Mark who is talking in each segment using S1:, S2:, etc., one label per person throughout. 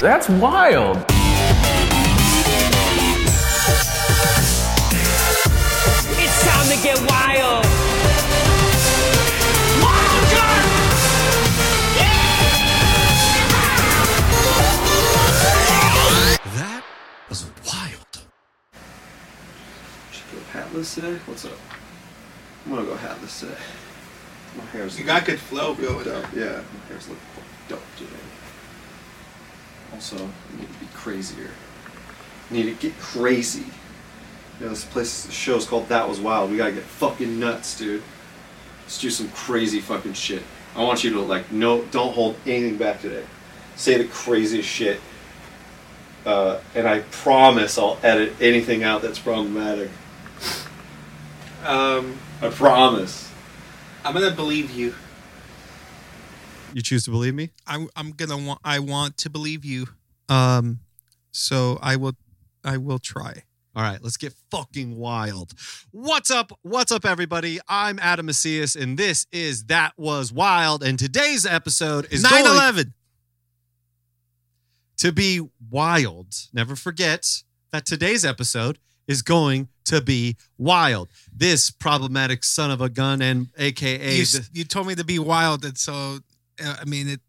S1: That's wild.
S2: It's time to get wild. Wild John!
S3: That was wild.
S4: Should go hatless today? What's up? I'm gonna go hatless today. My hair's
S5: You got good flow
S4: looking
S5: going.
S4: dope. Yeah, my hair's looking dope today. Also, I need to be crazier. I need to get crazy. You know, this place, this show's called That Was Wild. We gotta get fucking nuts, dude. Let's do some crazy fucking shit. I want you to like, no, don't hold anything back today. Say the craziest shit. Uh, and I promise I'll edit anything out that's problematic.
S5: Um,
S4: I promise.
S5: I'm gonna believe you.
S3: You choose to believe me?
S5: I'm I'm gonna want I want to believe you. Um, so I will I will try.
S3: All right, let's get fucking wild. What's up? What's up, everybody? I'm Adam Macias, and this is That Was Wild. And today's episode is
S5: Nine
S3: going
S5: eleven.
S3: to be wild. Never forget that today's episode is going to be wild. This problematic son of a gun, and AKA
S5: You,
S3: the-
S5: s- you told me to be wild, and so uh, I mean it.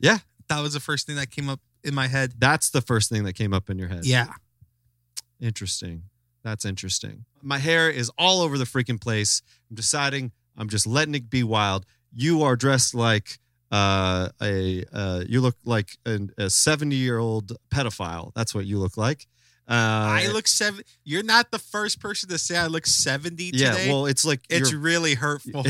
S3: Yeah.
S5: that was the first thing that came up in my head.
S3: that's the first thing that came up in your head.
S5: Yeah,
S3: Interesting. That's interesting. My hair is all over the freaking place. I'm deciding I'm just letting it be wild. You are dressed like uh, a uh, you look like an, a 70 year old pedophile. That's what you look like. Uh,
S5: I look seven. You're not the first person to say I look seventy
S3: yeah.
S5: today.
S3: Well, it's like
S5: it's
S3: you're-
S5: really hurtful.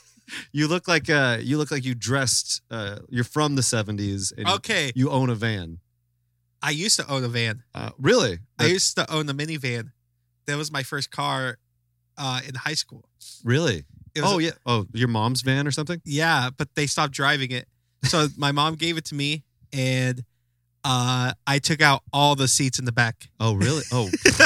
S3: you look like uh, you look like you dressed. Uh, you're from the 70s and
S5: okay,
S3: you own a van.
S5: I used to own a van.
S3: Uh, really?
S5: I used to own a minivan. That was my first car uh, in high school.
S3: really?
S5: It was
S3: Oh yeah. Oh, your mom's van or something?
S5: Yeah, but they stopped driving it. So my mom gave it to me and uh, I took out all the seats in the back.
S3: Oh really? Oh. So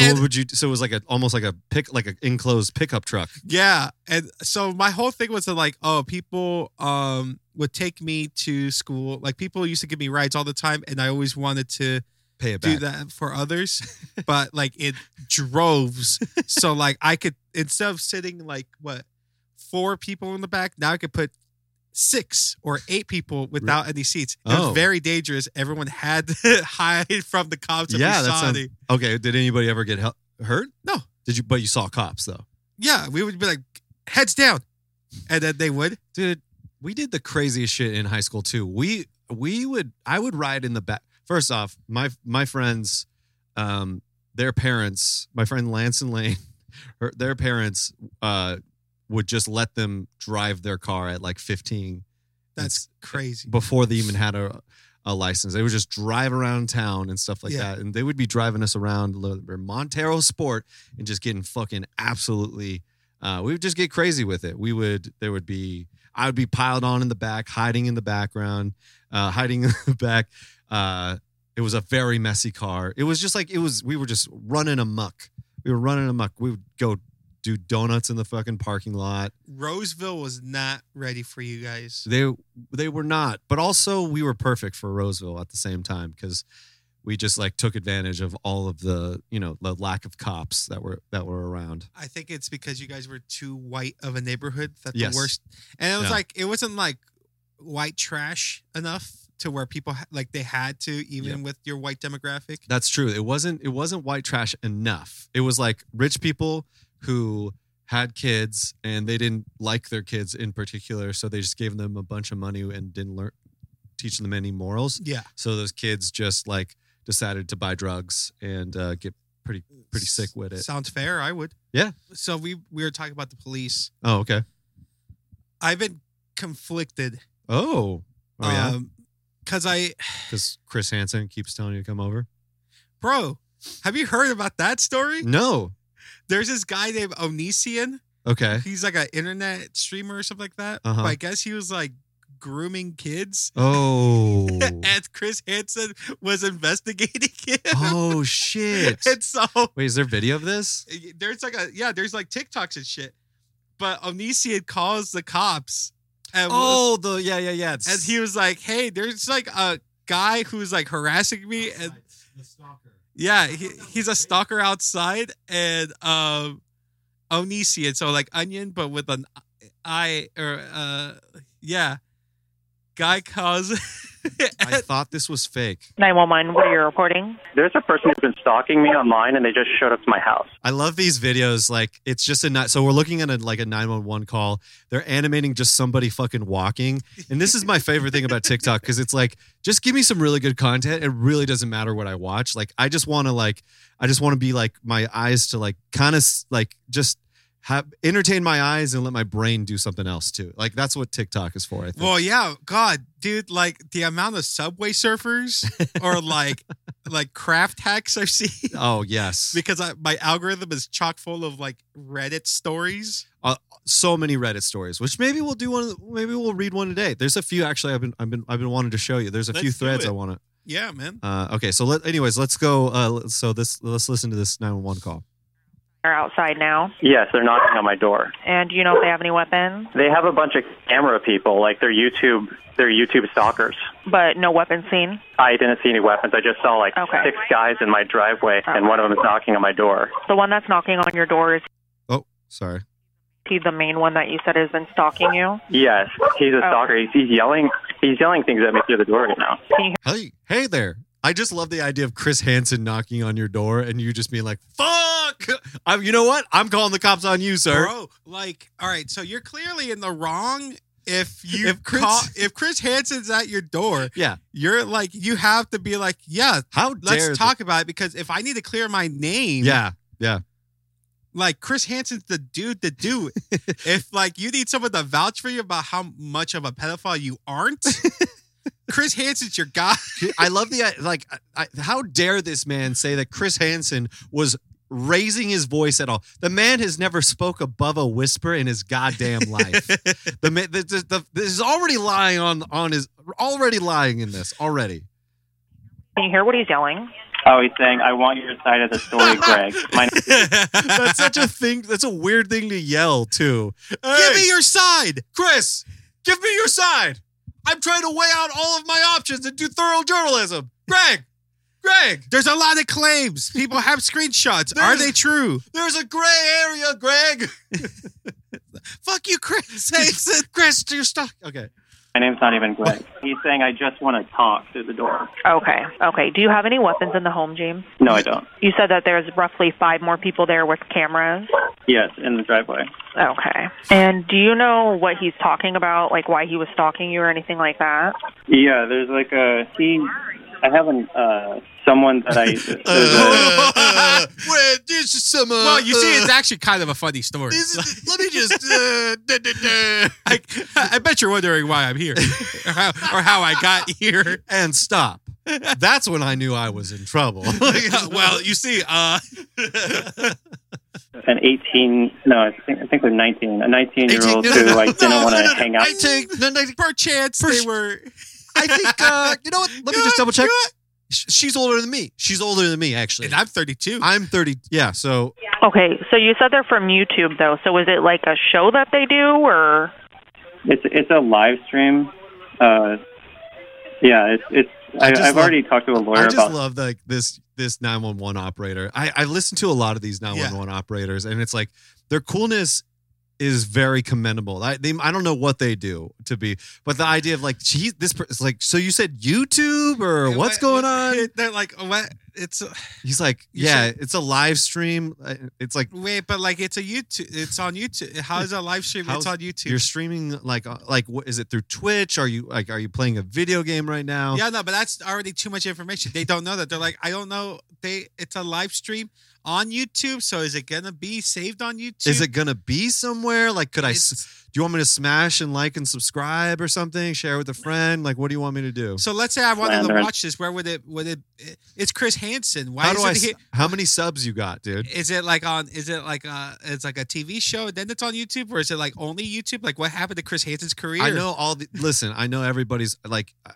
S5: and,
S3: what would you? So it was like a almost like a pick like an enclosed pickup truck.
S5: yeah. And so my whole thing was to like, oh, people um, would take me to school. Like people used to give me rides all the time. And I always wanted to
S3: Pay it
S5: do that for others, but like it droves. so like I could, instead of sitting like what, four people in the back, now I could put six or eight people without any seats. It
S3: Oh.
S5: was very dangerous. Everyone had to hide from the cops. if we
S3: Yeah, that
S5: saw
S3: sounds-
S5: any.
S3: Okay. Did anybody ever get hel- hurt?
S5: No.
S3: Did you? But you saw cops though.
S5: yeah, we would be like, heads down. And then they would.
S3: Dude, we did the craziest shit in high school too. We we would I would ride in the back. First off, my my friends, um, their parents, my friend Lance and Lane, her, their parents uh would just let them drive their car at like 15
S5: That's crazy.
S3: before they even had a, a license. They would just drive around town and stuff like
S5: Yeah.
S3: that. And they would be driving us around Lo- Montero Sport and just getting fucking absolutely. Uh, we would just get crazy with it. We would, there would be, I would be piled on in the back, hiding in the background, uh, hiding in the back. Uh, it was a very messy car. It was just like, it was, we were just running amok. We were running amok. We would go do donuts in the fucking parking lot.
S5: Roseville was not ready for you guys.
S3: They they were not, but also we were perfect for Roseville at the same time because we just like took advantage of all of the you know the lack of cops that were that were around.
S5: I think it's because you guys were too white of a neighborhood that
S3: Yes.
S5: the worst. And it was
S3: Yeah.
S5: like it wasn't like white trash enough to where people ha- like they had to even with your white demographic.
S3: That's true. It wasn't it wasn't white trash enough. It was like rich people who had kids and they didn't like their kids in particular, so they just gave them a bunch of money and didn't learn teach them any morals.
S5: Yeah,
S3: So those kids just like decided to buy drugs and uh, get pretty pretty sick with it.
S5: Sounds fair. I would.
S3: Yeah.
S5: So we we were talking about the police.
S3: Oh okay.
S5: I've been conflicted.
S3: Oh. Oh yeah.
S5: Because I,
S3: because Chris Hansen keeps telling you to come over.
S5: bro, have you heard about that story?
S3: No.
S5: There's this guy named Onision.
S3: Okay.
S5: He's like an internet streamer or something like that.
S3: Uh-huh.
S5: But I guess he was like grooming kids.
S3: Oh.
S5: and Chris Hansen was investigating him.
S3: oh shit.
S5: and so
S3: Wait, is there video of this?
S5: there's like a yeah, there's like TikToks and shit. But Omniscient calls the cops and, was-
S3: the yeah yeah yeah.
S5: and he was like, Hey, there's like a guy who's like harassing me and
S3: the stalker.
S5: yeah, he, he's a stalker outside and um Onision, so like onion but with an I or uh yeah. Guy calls
S3: I thought this was fake.
S1: 911, what are you reporting?
S6: There's a person who's been stalking me online, and they just showed up to my house.
S3: I love these videos. Like it's just a night. So we're looking at a, like a nine one one call. They're animating just somebody fucking walking, and this is my favorite thing about TikTok because it's like just give me some really good content. It really doesn't matter what I watch. Like I just want to like I just want to be like my eyes to like kind of like just have entertain my eyes and let my brain do something else too. Like that's what TikTok is for. I think.
S5: Well, yeah, God, dude, like the amount of subway surfers or like like craft hacks I've seen
S3: oh yes,
S5: because I, my algorithm is chock full of like Reddit stories.
S3: so many Reddit stories, which maybe we'll do one. Maybe we'll read one today. There's a few actually. I've been I've been I've been wanting to show you. There's a
S5: Let's
S3: few
S5: do
S3: threads
S5: it.
S3: I want to.
S5: Yeah, man.
S3: Uh, okay, so let, anyways, let's go. Uh, so this, let's listen to this 911 call.
S1: They're outside now.
S6: Yes, they're knocking on my door.
S1: And do you know if they have any weapons?
S6: They have a bunch of camera people, like they're YouTube, they're YouTube stalkers.
S1: But no weapons seen.
S6: I didn't see any weapons. I just saw like
S1: Okay.
S6: six guys in my driveway, and one of them is knocking on my door.
S1: The one that's knocking on your door is
S3: Oh, sorry.
S1: he the main one that you said has been stalking you?
S6: Yes, he's a stalker. He's, he's yelling, he's yelling things at me through the door right now.
S3: Hey, hey there. I just love the idea of Chris Hansen knocking on your door and you just being like, "Fuck!" I'm, you know what? I'm calling the cops on you, sir.
S5: Bro, like, all right, so you're clearly in the wrong if you
S3: If Chris-
S5: call, if Chris Hansen's at your door,
S3: Yeah.
S5: you're like you have to be like, yeah,
S3: How
S5: let's
S3: dare? the-
S5: talk about it because if I need to clear my name,
S3: yeah,
S5: like Chris Hansen's the dude to do it. if like you need someone to vouch for you about how much of a pedophile you aren't, Chris Hansen's your guy.
S3: I love the uh, like. I, how dare this man say that Chris Hansen was raising his voice at all? The man has never spoke above a whisper in his goddamn life. the, ma- the, the, the this is already lying on on his already lying in this already.
S1: Can you hear what he's yelling?
S6: Oh, he's saying, "I want your side of the story, Greg." My
S3: That's such a thing. That's a weird thing to yell too.
S5: Give me your side.
S3: Chris. Give me your side. I'm trying to weigh out all of my options and do thorough journalism. Greg, Greg,
S5: There's a lot of claims. People have screenshots. Are
S3: There's-
S5: they true?
S3: there's a gray area, Greg.
S5: Fuck you, Chris Hansen.
S3: Chris, you're stuck. Okay.
S6: my name's not even Greg. He's saying, "I just want to talk" through the door.
S1: Okay. Okay. Do you have any weapons in the home, James?
S6: No, I don't.
S1: You said that there's roughly five more people there with cameras.
S6: Yes, in the driveway.
S1: Okay. And do you know what he's talking about, like why he was stalking you or anything like that?
S6: Yeah, there's like a he. I have an uh, someone that I. there's a-
S5: Uh,
S3: well, this is some. Uh,
S5: Well, you see,
S3: uh,
S5: it's actually kind of a funny story.
S3: this is- let me just. Uh, da, da, da.
S5: I, I bet you're wondering why I'm here or, how, or how I got here.
S3: and stop. That's when I knew I was in trouble.
S5: well, you see, uh,
S6: an 18. No, I think I think they're 19. A 19 year
S3: 18
S6: old
S3: no,
S6: who
S3: no,
S6: like
S3: no,
S6: didn't want
S3: no,
S6: to
S3: no,
S6: hang out.
S3: I think. no, no,
S5: per chance
S3: For
S5: they
S3: sh-
S5: were.
S3: I think. Uh, you know what? Let me
S5: You
S3: just
S5: know
S3: double
S5: what?
S3: check.
S5: You know what?
S3: Sh- She's older than me. She's older than me, actually.
S5: And I'm 32.
S3: I'm 30. Yeah. So
S1: Okay. So you said they're from YouTube, though. So is it like a show that they do, or
S6: It's it's a live stream. Uh, yeah, it's it's.
S3: I
S6: I
S3: just
S6: I've
S3: love-
S6: already talked to a lawyer
S3: I just
S6: about.
S3: love like this this 911 operator. I I listen to a lot of these 911 operators, and it's like their coolness is very commendable. I they, I don't know what they do to be, but the idea of like geez, this per- it's like so you said YouTube or what's going on?
S5: They're like, what? It's uh,
S3: He's like,
S5: You
S3: yeah, it's a live stream. Uh, It's like
S5: wait, but like it's a YouTube. It's on YouTube. How is that live stream?
S3: How's-
S5: it's on YouTube.
S3: you're streaming like uh, like what is it through Twitch? Are you like are you playing a video game right now?
S5: Yeah, no, but that's already too much information. They don't know that. They're like, I don't know. They it's a live stream on YouTube, so is it gonna be saved on YouTube?
S3: Is it gonna be somewhere? Like, could I? s-
S5: It's-
S3: Do you want me to smash and like and subscribe or something? Share with a friend? Like, what do you want me to do?
S5: So let's say I wanted to
S6: Mandarin.
S5: watch this. Where would it? Would it? It's Chris Hansen. Why
S3: How
S5: is
S3: do I?
S5: it
S3: s-
S5: here?
S3: How many subs you got, dude?
S5: Is it like on? Is it like uh? It's like a TV show. Then it's on YouTube, or is it like only YouTube? Like what happened to Chris Hansen's career?
S3: I know all the. Listen, I know everybody's like. uh,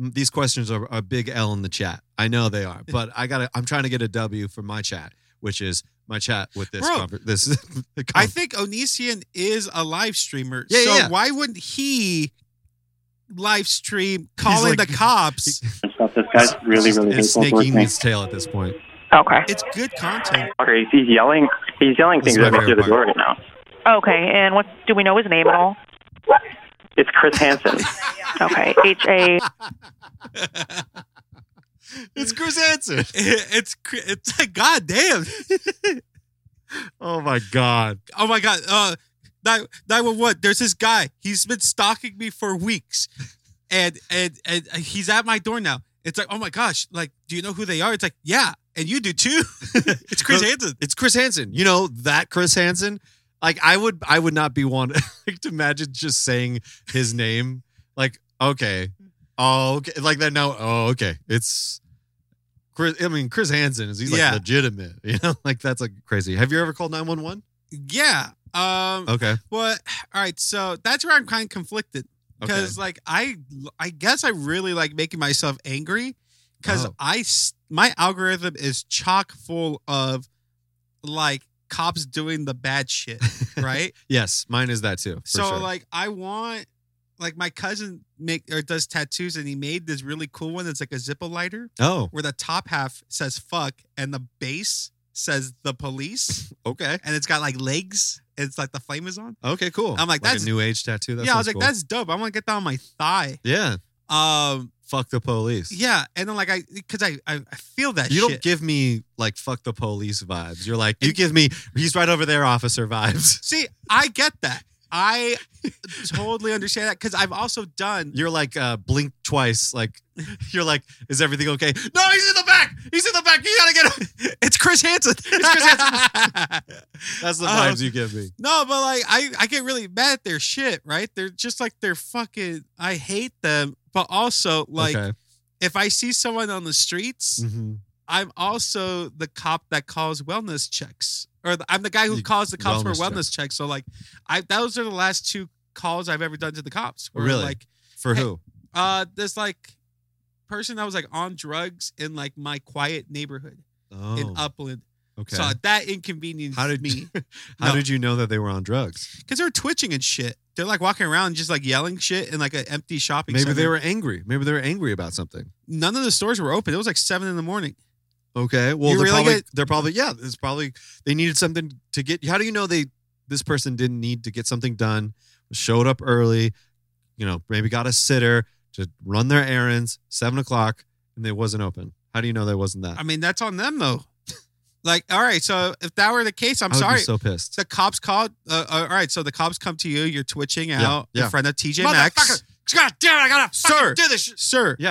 S3: m- These questions are a big L in the chat. I know they are, but I got. to I'm trying to get a W for my chat, which is my chat with this.
S5: Bro,
S3: conver- this. the
S5: I
S3: con-
S5: think Onision is a live streamer.
S3: Yeah,
S5: so
S3: yeah, yeah.
S5: why wouldn't he live stream calling
S3: like-
S5: the cops.
S6: and stuff. This guy's really,
S3: It's-
S6: really
S3: it's
S6: hateful
S3: Snake
S6: towards me.
S3: Eating its tail at this point.
S1: Okay.
S5: It's good content.
S6: Okay, he's yelling. He's yelling
S3: This is
S6: things at
S3: my
S6: me through the
S3: favorite
S6: door right now.
S1: Okay. And what do we know his name at all?
S6: It's Chris Hansen.
S1: Okay. H A.
S3: It's Chris Hansen.
S5: It's cr- it's like goddamn.
S3: Oh my god.
S5: Oh my god. Uh, nine one one. There's this guy. He's been stalking me for weeks, and and and he's at my door now. It's like, oh my gosh. Like, do you know who they are? It's like, yeah, and you do too. it's Chris
S3: No.
S5: Hansen.
S3: It's Chris Hansen. You know that Chris Hansen? Like I would I would not be one like to imagine just saying his name. Like, okay. Oh, okay. Like that now. Oh, okay. It's Chris I mean Chris Hansen is he's like
S5: Yeah.
S3: legitimate. You know, like that's like crazy. Have you ever called 911?
S5: Yeah. Um.
S3: Okay.
S5: But all right. So that's where I'm kind of conflicted.
S3: Okay.
S5: because like I I guess I really like making myself angry because
S3: Oh.
S5: I s- my algorithm is chock full of like cops doing the bad shit, right?
S3: Yes, mine is that too. for
S5: so
S3: sure.
S5: like I want like my cousin make or does tattoos and he made this really cool one that's like a Zippo lighter
S3: Oh,
S5: where the top half says fuck and the base says the police
S3: okay.
S5: and it's got like legs. and It's like the flame is on.
S3: Okay, cool.
S5: I'm like, that's-
S3: a new age tattoo. That
S5: yeah, I
S3: sounds
S5: was like,
S3: cool.
S5: that's dope. I want to get that on my thigh.
S3: yeah.
S5: Um,
S3: Fuck the police.
S5: Yeah, and then like I, because I, I, I feel that
S3: You
S5: shit.
S3: don't give me like fuck the police vibes. You're like you give me he's right over there officer vibes.
S5: See, I get that. I totally understand that because I've also done.
S3: You're like uh blink twice like you're like is everything okay? No, he's in the back. He's in the back. You got to get him.
S5: It's Chris Hansen. It's Chris Hansen.
S3: That's the
S5: Um,
S3: vibes you give me.
S5: no, but like I, I get really mad at their shit. Right? They're just like they're fucking. I hate them, but also like
S3: okay.
S5: if I see someone on the streets,
S3: Mhm.
S5: I'm also the cop that calls wellness checks, or the, I'm the guy who
S3: You-
S5: calls the cops for
S3: wellness
S5: wellness checks. So like, I those are the last two calls I've ever done to the cops. Where
S3: Really?
S5: Like,
S3: For
S5: Hey,
S3: who?
S5: uh, this like person that was like on drugs in like my quiet neighborhood
S3: Oh,
S5: in Upland.
S3: okay.
S5: So that inconvenienced
S3: How did-
S5: me
S3: How
S5: no.
S3: did you know that they were on drugs?
S5: because they're twitching and shit. They're like walking around just like yelling shit in like an empty shopping.
S3: Maybe
S5: center.
S3: they were angry. Maybe they were angry about something.
S5: None of the stores were open. It was like seven in the morning.
S3: Okay. Well,
S5: You
S3: they're
S5: really
S3: probably
S5: get-
S3: they're probably yeah. It's probably they needed something to get. How do you know they this person didn't need to get something done? Showed up early, you know, maybe got a sitter to run their errands. Seven o'clock, and they wasn't open. How do you know there wasn't that?
S5: I mean, that's on them though. like, all right, so if that were the case, I'm
S3: I would be
S5: sorry.
S3: so pissed.
S5: the cops called. Uh, uh, all right, so the cops come to you. You're twitching
S3: Yeah,
S5: out
S3: yeah.
S5: in front of TJ
S3: Motherfucker,
S5: Maxx.
S3: God damn! it, I gotta
S5: Sir.
S3: do this. Shit.
S5: Sir,
S3: But-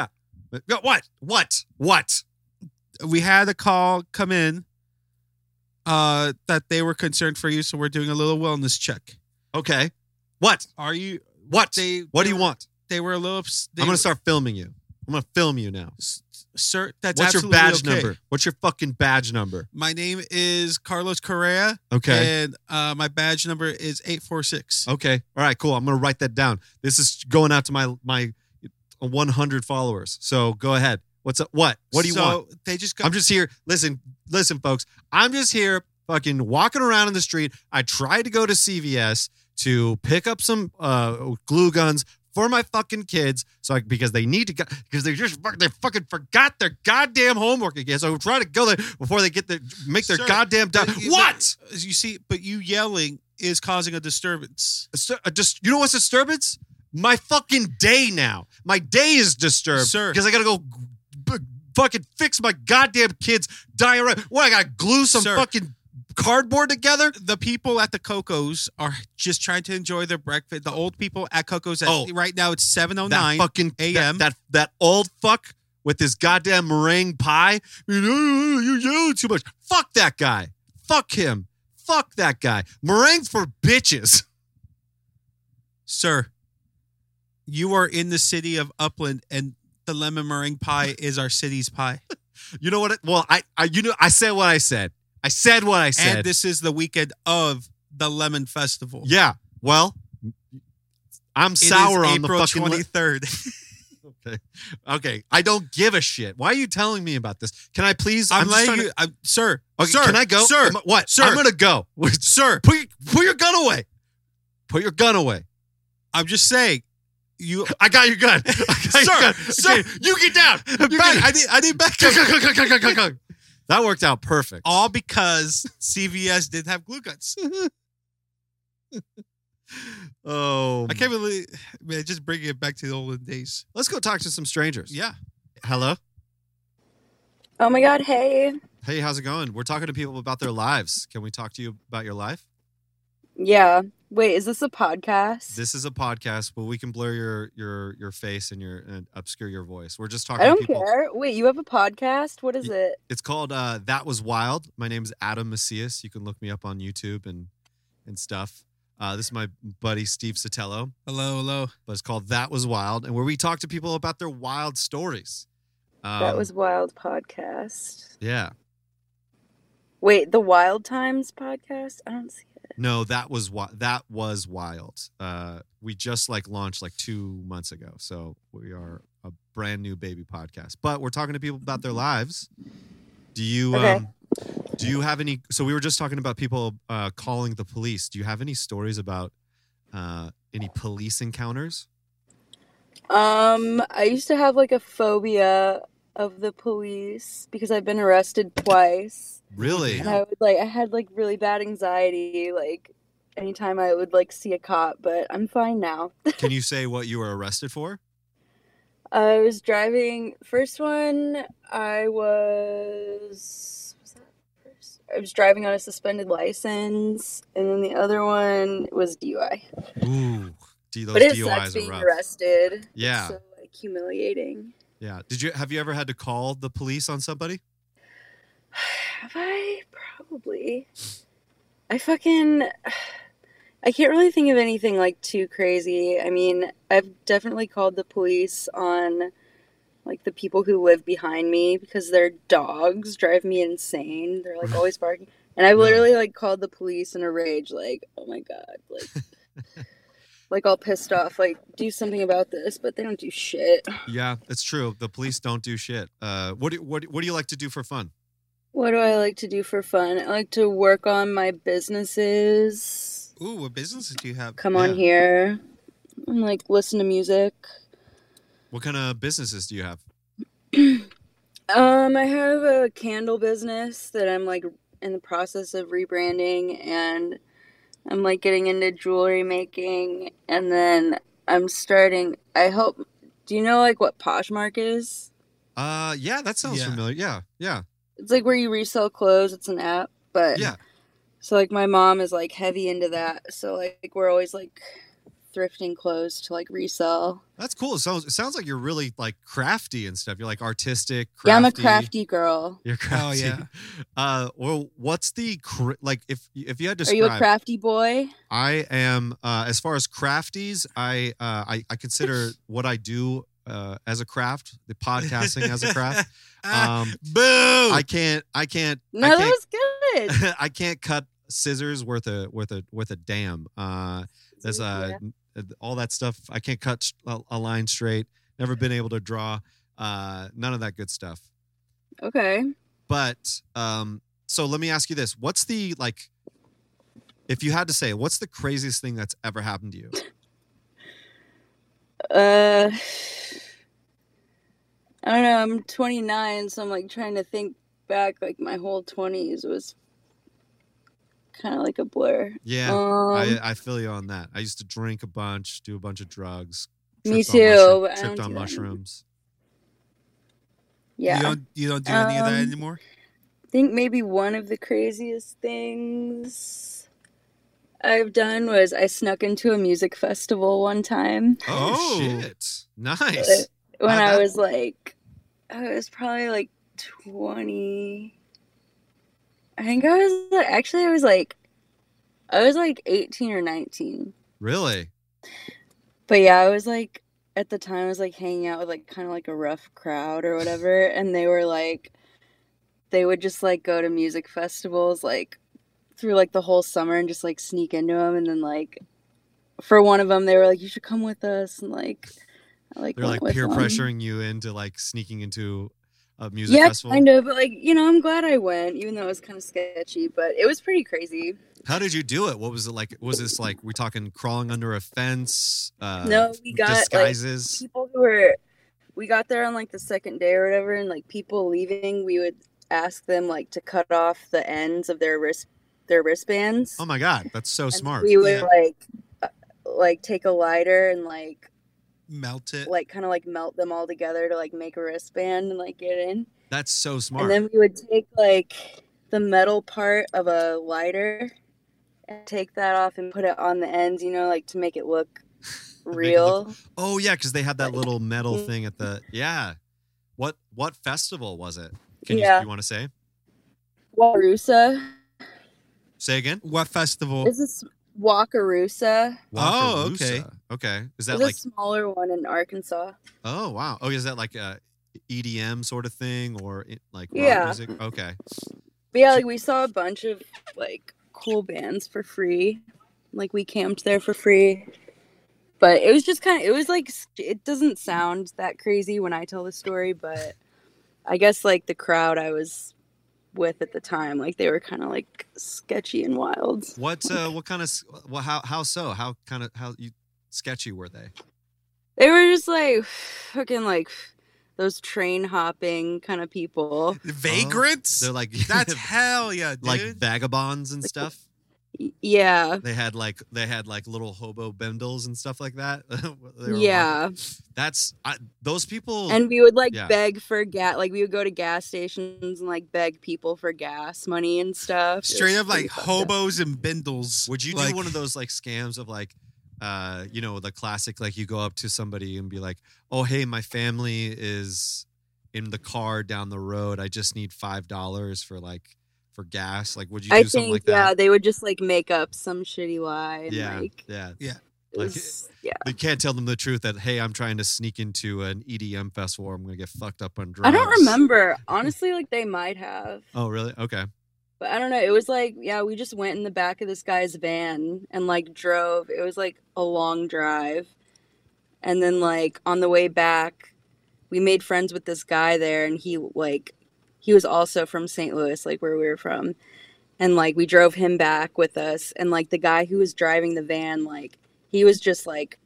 S3: yeah, What? What? What?
S5: we had a call come in uh that they were concerned for you so we're doing a little wellness check
S3: Okay. What?
S5: are you
S3: What?
S5: they
S3: what do
S5: they
S3: you
S5: were-
S3: want?
S5: they were a little ups- they
S3: I'm gonna
S5: were-
S3: start filming you. I'm gonna film you now.
S5: sir that's
S3: What's your
S5: absolutely
S3: badge
S5: okay.
S3: number? What's your fucking badge number?
S5: my name is carlos correa
S3: Okay.
S5: and uh my badge number is 846
S3: Okay. All right. Cool. I'm gonna write that down. This is going out to my my 100 followers. So go ahead. What's up? What? What do you
S5: so
S3: want?
S5: they just got
S3: I'm just here. Listen, listen, folks. I'm just here, fucking walking around in the street. I tried to go to CVS to pick up some uh, glue guns for my fucking kids, so I, because they need to go because they just fuck- they fucking forgot their goddamn homework again. So I'm trying to go there before they get their make their
S5: Sir,
S3: goddamn done.
S5: but-
S3: What?
S5: you see but you yelling is causing a disturbance
S3: Sir, uh, just you know what's disturbance? My fucking day now. My day is disturbed
S5: Sir.
S3: because I gotta go b- fucking fix my goddamn kids diarrhea. What I gotta glue some
S5: Sir.
S3: fucking cardboard together?
S5: the people at the Cocos are just trying to enjoy their breakfast. The old people at Cocos at,
S3: Oh.
S5: right now it's seven oh
S3: that
S5: nine.
S3: fucking that-
S5: a.m..
S3: That, that old fuck with his goddamn meringue pie. You know, you yell too much. Fuck that guy. Fuck him. Fuck that guy. Meringues for bitches.
S5: sir, you are in the city of Upland, and the lemon meringue pie is our city's pie.
S3: You know what? It, well, I, I you know I said what I said. I said what I said.
S5: And this is the weekend of the Lemon Festival.
S3: Yeah. Well, I'm
S5: It is
S3: sour on
S5: April
S3: the fucking.
S5: twenty third.
S3: okay. Okay. I don't give a shit. Why are you telling me about this? Can I please?
S5: I'm,
S3: just
S5: letting
S3: trying
S5: you,
S3: to-
S5: I'm, sir.
S3: okay,
S5: sir,
S3: can I go?
S5: sir?
S3: Am I- what?
S5: sir.
S3: I'm gonna go.
S5: sir,
S3: Put your, put your gun away. Put your gun away.
S5: I'm just saying,
S3: you
S5: I got your gun. I got your
S3: Sir,
S5: gun.
S3: sir.
S5: Okay, you get down. You
S3: back,
S5: get-
S3: I did I did back
S5: Gung,
S3: up.
S5: gung, gung, gung, gung, gung, gung. That worked out perfect.
S3: all because CVS did have glue guns.
S5: oh,
S3: I can't believe man, just bringing it back to the olden days.
S5: Let's go talk to some strangers.
S3: Yeah.
S5: Hello.
S7: Oh my god, hey.
S5: Hey, how's it going? We're talking to people about their lives. Can we talk to you about your life?
S7: Yeah. Wait, is this a podcast?
S5: This is a podcast, but we can blur your your your face and your and obscure your voice. We're just talking
S7: I
S5: to
S7: don't
S5: people.
S7: care. Wait, you have a podcast? What is it?
S5: It's called uh, That Was Wild. My name is Adam Macias. You can look me up on YouTube and and stuff. Uh, this is my buddy Steve Sotelo,
S3: Hello, hello.
S5: but it's called That Was Wild, and where we talk to people about their wild stories. Um,
S7: that was Wild Podcast.
S5: yeah.
S7: Wait, the Wild Times podcast? I don't see it.
S5: No, that was wi- that was wild. Uh, we just like launched like two months ago, so we are a brand new baby podcast. But we're talking to people about their lives. Do you
S7: Mm-hmm. Okay.
S5: um, do you have any? So we were just talking about people uh, calling the police. Do you have any stories about uh, any police encounters?
S7: Um, I used to have like a phobia of the police because I've been arrested twice.
S5: Really?
S7: And I would like I had like really bad anxiety like anytime I would like see a cop, but I'm fine now.
S5: Can you say what you were arrested for?
S7: I was driving. First one, I was. Was that first? I was driving on a suspended license, and then the other one was DUI.
S5: Ooh, do those
S7: but it
S5: DUIs
S7: sucks
S5: are
S7: being
S5: rough.
S7: arrested.
S5: Yeah,
S7: So like humiliating.
S5: yeah. Did you have you ever had to call the police on somebody?
S7: Have I probably? I fucking. I can't really think of anything like too crazy. I mean, I've definitely called the police on like the people who live behind me because their dogs drive me insane. They're like always barking. And I've
S5: Yeah.
S7: literally like called the police in a rage, like, oh my god, like like all pissed off, like, do something about this, but they don't do shit.
S5: Yeah, it's true. The police don't do shit. Uh, what do, what do- what do you like to do for fun?
S7: What do I like to do for fun? I like to work on my businesses.
S3: Ooh, what business did you have?
S7: come
S5: Yeah.
S7: on here and like listen to music.
S5: What kind of businesses do you have?
S7: Um, I have a candle business that I'm like in the process of rebranding and I'm like getting into jewelry making and then I'm starting I hope do you know like what Poshmark is?
S5: Uh, yeah, that sounds
S3: Yeah.
S5: familiar. Yeah, yeah,
S7: It's like where you resell clothes, it's an app, but
S5: yeah.
S7: so like my mom is like heavy into that. So like we're always like thrifting clothes to like resell.
S5: That's cool. It sounds it sounds like you're really like crafty and stuff. You're like artistic. Crafty.
S7: Yeah, I'm a crafty girl.
S5: You're
S3: Oh,
S5: crafty.
S3: yeah.
S5: Uh, well, what's the cr- like if if you had to
S7: Are you
S5: describe?
S7: a crafty boy?
S5: I am uh, as far as crafties, I uh, I, I consider what I do uh, as a craft, the podcasting as a craft.
S3: Ah,
S5: Um,
S3: boo!
S5: I can't I can't
S7: No,
S5: I
S7: that
S5: can't
S7: was good.
S5: I can't cut scissors worth a worth a worth a damn. Uh,
S7: Mm,
S5: there's uh, n- all that stuff. I can't cut sh- a, a line straight. Never been able to draw. Uh, none of that good stuff.
S7: Okay.
S5: But um, so let me ask you this: What's the like? If you had to say, what's the craziest thing that's ever happened to you?
S7: Uh, I don't know. I'm 29, so I'm like trying to think back. Like my whole 20s was kind of like a blur.
S5: Yeah,
S7: Um,
S5: I, I feel you on that. I used to drink a bunch, do a bunch of drugs.
S7: Me
S5: tripped on mushroom-
S7: too, but
S5: tripped
S7: I don't
S5: on
S7: do that.
S5: mushrooms.
S7: yeah.
S3: You don't you don't do any of that
S7: Um,
S3: anymore?
S7: I think maybe one of the craziest things I've done was I snuck into a music festival one time
S5: Oh,
S3: Oh.
S5: shit! Nice.
S7: when
S5: Wow,
S7: I
S5: that-
S7: was like, I was probably like 20. I think I was like, actually, I was like, I was like 18 or 19.
S5: Really?
S7: But yeah, I was like at the time I was like hanging out with like kind of like a rough crowd or whatever, and they were like they would just like go to music festivals like through like the whole summer and just like sneak into them and then like for one of them they were like you should come with us and like I, like
S5: They're
S7: went
S5: like
S7: with
S5: peer
S7: them.
S5: pressuring you into like sneaking into
S3: of music
S7: yeah,
S3: festival?
S7: kind of. But like, you know, I'm glad I went, even though it was kind of sketchy. But it was pretty crazy.
S3: How did you do it? What was it like? Was this like we're talking crawling under a fence? Uh,
S7: No, we got, like,
S3: disguises.
S7: people who were we got there on like the second day or whatever and like people leaving we would ask them like to cut off the ends of their wrist their wristbands
S3: oh my god, that's so
S7: And
S3: smart.
S7: we
S5: Yeah.
S7: would like uh, like take a lighter and like
S5: Melt it.
S7: like kind of like melt them all together to like make a wristband and like get in
S3: That's so smart.
S7: and then we would take like the metal part of a lighter and take that off and put it on the ends you know like to make it look
S3: look-
S7: real
S3: oh yeah, because they had that little metal
S7: Mm.
S3: thing at the yeah. What what festival was it? Can
S7: Yeah.
S3: you, you want to say?
S7: Wakarusa
S3: Say again.
S5: what festival?
S7: This is Wakarusa.
S5: Oh, okay.
S3: Wakarusa. Okay. Is that
S7: There's
S3: like
S7: a smaller one in Arkansas.
S3: oh wow. Oh, is that like a EDM sort of thing or i- like rock
S7: Yeah.
S3: music? Okay.
S7: But yeah, like we saw a bunch of like cool bands for free. Like we camped there for free. But it was just kind of it was like s- it doesn't sound that crazy when I tell the story, but I guess like the crowd I was with at the time, like they were kind of like sketchy and wild.
S3: What uh what kind of s- well how how so? How kind of how you sketchy were they?
S7: They were just like fucking like those train hopping kind of people.
S5: Vagrants?
S3: Oh. They're like
S5: That's hell yeah, dude.
S3: like vagabonds and stuff.
S7: Y- Yeah.
S3: They had like they had like little hobo bendels and stuff like that. They were
S7: Yeah.
S3: walking- that's I, those people.
S7: and we would like
S3: Yeah.
S7: beg for gas like we would go to gas stations and like beg people for gas money and stuff It
S5: Straight
S7: was
S5: up
S7: pretty
S5: like
S7: fucked up.
S5: hobos and bindles.
S3: would you
S5: like,
S3: do one of those like scams of like, uh, you know, the classic like you go up to somebody and be like, "Oh, hey, my family is in the car down the road. I just need five dollars for like for gas." Like, would you do
S7: i
S3: something
S7: think
S3: like
S7: yeah
S3: that?
S7: they would just like make up some shitty lie and
S3: Yeah,
S7: like,
S3: yeah.
S7: it
S3: Like,
S7: was- yeah
S3: You can't tell them the truth that hey, I'm trying to sneak into an EDM festival. Or I'm gonna get fucked up on drugs.
S7: i don't remember honestly like they might have
S3: Oh, really? Okay.
S7: but i don't know it was like yeah we just went in the back of this guy's van and like drove it was like a long drive and then like on the way back we made friends with this guy there and he like he was also from St. Louis, like where we were from. And like we drove him back with us and like the guy who was driving the van like he was just like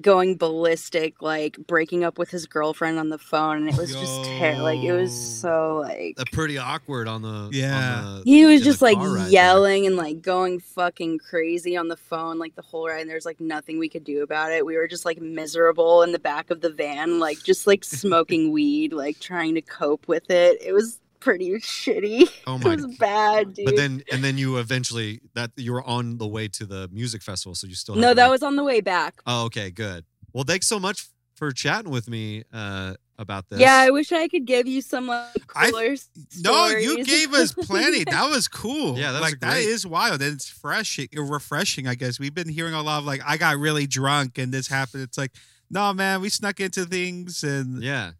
S7: going ballistic like breaking up with his girlfriend on the phone and it was just ter- like it was
S5: Yo.
S7: so like
S3: Uh, pretty awkward on the on
S5: Yeah.
S3: the-
S7: he was
S3: in the
S7: just like
S3: car ride there.
S7: yelling and like going fucking crazy on the phone like the whole ride and there's like nothing we could do about it we were just like miserable in the back of the van like just like smoking weed like trying to cope with it it was pretty shitty
S3: Oh
S7: it
S3: my!
S7: was bad dude
S3: But then, and then you eventually that you were on the way to the music festival, so you still had
S7: no
S3: to,
S7: that
S3: like-
S7: was on the way back
S3: oh okay, good. Well, thanks so much for chatting with me uh, about this.
S7: yeah i wish i could give you some like
S5: I-
S7: cooler s-
S5: No, you
S7: stories.
S5: gave us plenty. That was cool.
S3: Yeah, that was
S5: like that
S3: great.
S5: is wild. And it's fresh, it- refreshing. I guess we've been hearing a lot of like, I got really drunk and this happened. It's like, no, man, we snuck into things, and
S3: yeah.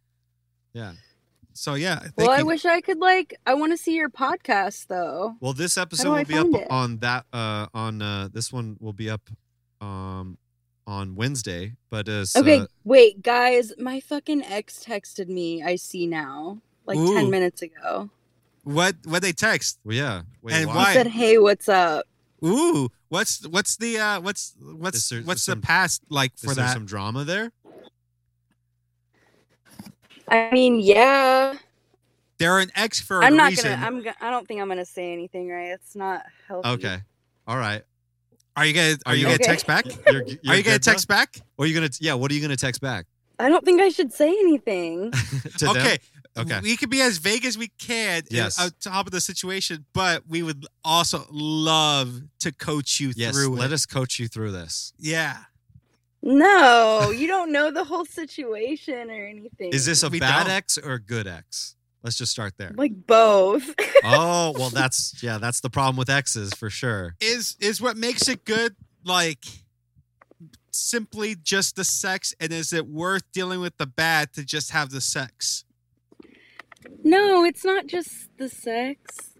S5: so yeah. Thank
S7: well i
S5: you.
S7: wish i could like i want to see your podcast though
S3: Well, this
S7: do
S3: episode
S7: I
S3: will be up
S7: find it?
S3: on that uh, on uh, this one will be up um, on Wednesday. But uh, so-
S7: Okay, wait, guys, my fucking ex texted me. I see now, like
S5: Ooh.
S7: ten minutes ago.
S5: What what they text?
S3: well, yeah. Wait,
S5: And
S7: He
S5: why-
S7: said, "Hey, what's up?"
S5: Ooh, what's what's the uh what's what's
S3: Is there-
S5: what's
S3: some-
S5: the past like
S3: Is
S5: for
S3: there
S5: that?
S3: some drama there?
S7: I mean, yeah,
S5: They're an ex for a
S7: I'm not
S5: reason.
S7: gonna. I'm. go- I don't think I'm gonna say anything. Right? It's not healthy.
S3: Okay. All right.
S5: Are you gonna are
S3: Are
S5: you
S3: you-
S5: gonna
S7: Okay.
S5: text back?
S3: You're,
S5: are you gonna
S3: good, bro?
S5: text back?
S3: Or are you gonna? Yeah. What are you gonna text back?
S7: I don't think I should say anything.
S3: to them?
S5: okay.
S3: Okay.
S5: We can be as vague as we can in-
S3: Yes.
S5: on top of the situation, but we would also love to coach you
S3: Yes.
S5: through
S3: Let
S5: it.
S3: us coach you through this.
S5: yeah.
S7: no, you don't know the whole situation or anything.
S3: Is this a
S5: We
S3: bad
S5: don't.
S3: ex or a good ex? Let's just start there.
S7: like both?
S3: oh, well, that's yeah, that's the problem with exes for sure.
S5: Is is what makes it good like simply just the sex and is it worth dealing with the bad to just have the sex?
S7: no, it's not just the sex.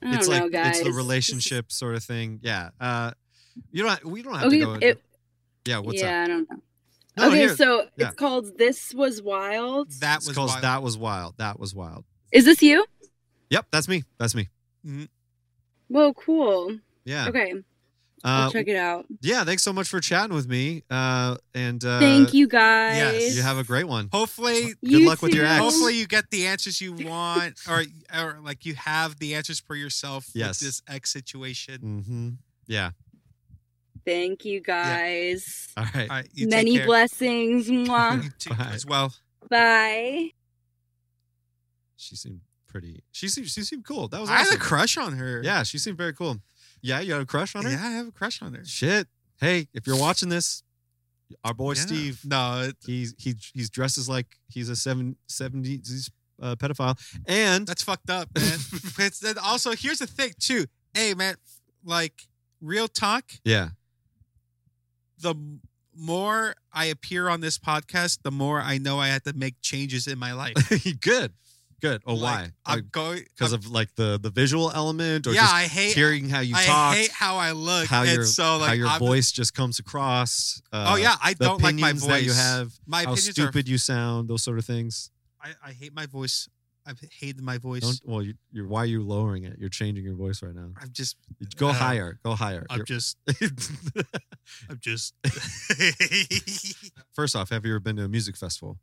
S7: I don't
S3: It's
S7: know,
S3: like
S7: guys.
S3: it's the
S7: This is-
S3: relationship sort of thing. Yeah. Uh, you don't. We don't have
S7: Okay,
S3: to go.
S7: it-
S3: yeah. What's
S7: yeah, I don't know.
S3: No,
S7: okay,
S3: here-
S7: so
S3: yeah.
S7: it's called This Was Wild.
S5: That
S3: it's
S5: was
S3: called
S5: wild.
S3: that was wild. That was wild.
S7: Is this you?
S3: Yep, that's me. That's me.
S7: Whoa, cool.
S3: Yeah.
S7: Okay, I'll
S3: Uh,
S7: check it out.
S3: yeah. Thanks so much for chatting with me. Uh, and uh,
S7: Thank you guys.
S5: yes,
S3: You have a great one.
S5: Hopefully,
S3: Good
S7: You
S3: luck with your
S7: too.
S3: ex.
S5: hopefully you get the answers you want, or or like you have the answers for yourself.
S3: Yes.
S5: with this ex situation.
S3: Mm-hmm. Yeah.
S7: Thank you guys.
S3: All right.
S5: All right, you take
S7: Many
S5: care.
S7: blessings. Mwah.
S5: You too,
S3: Bye.
S5: as well.
S7: Bye.
S3: She seemed pretty. She seemed. She seemed cool. That was.
S5: I had a
S3: Awesome.
S5: crush on her.
S3: yeah. She seemed very cool. Yeah. You had a crush on her.
S5: yeah, I have a crush on her.
S3: Shit. Hey, if you're watching this, our boy
S5: Yeah.
S3: Steve.
S5: No, it,
S3: He's he he's dresses like he's a seven seventies uh, pedophile, and
S5: that's fucked up, man. it's, and also, here's the thing too. Hey, man, like real talk.
S3: yeah,
S5: the m- more I appear on this podcast, the more I know I had to make changes in my life.
S3: good, good. Oh, why?
S5: I'm going
S3: Because
S5: I'm-
S3: of like the the visual element, or
S5: yeah,
S3: just
S5: I hate
S3: hearing how you
S5: I
S3: talk,
S5: hate how I look.
S3: how your
S5: and so like
S3: how your
S5: I'm-
S3: voice just comes across. Uh,
S5: Oh yeah, I
S3: the
S5: don't like my
S3: opinions
S5: voice.
S3: that you have,
S5: my
S3: how
S5: opinions
S3: stupid you sound, those sort of things.
S5: are. I, I hate my voice. I've hated my voice.
S3: Don't well, you, you're why are you lowering it? You're changing your voice right now.
S5: I'm just.
S3: Go
S5: Uh,
S3: higher, go higher.
S5: I'm
S3: You're-
S5: just. I'm just.
S3: First off, have you ever been to a music festival?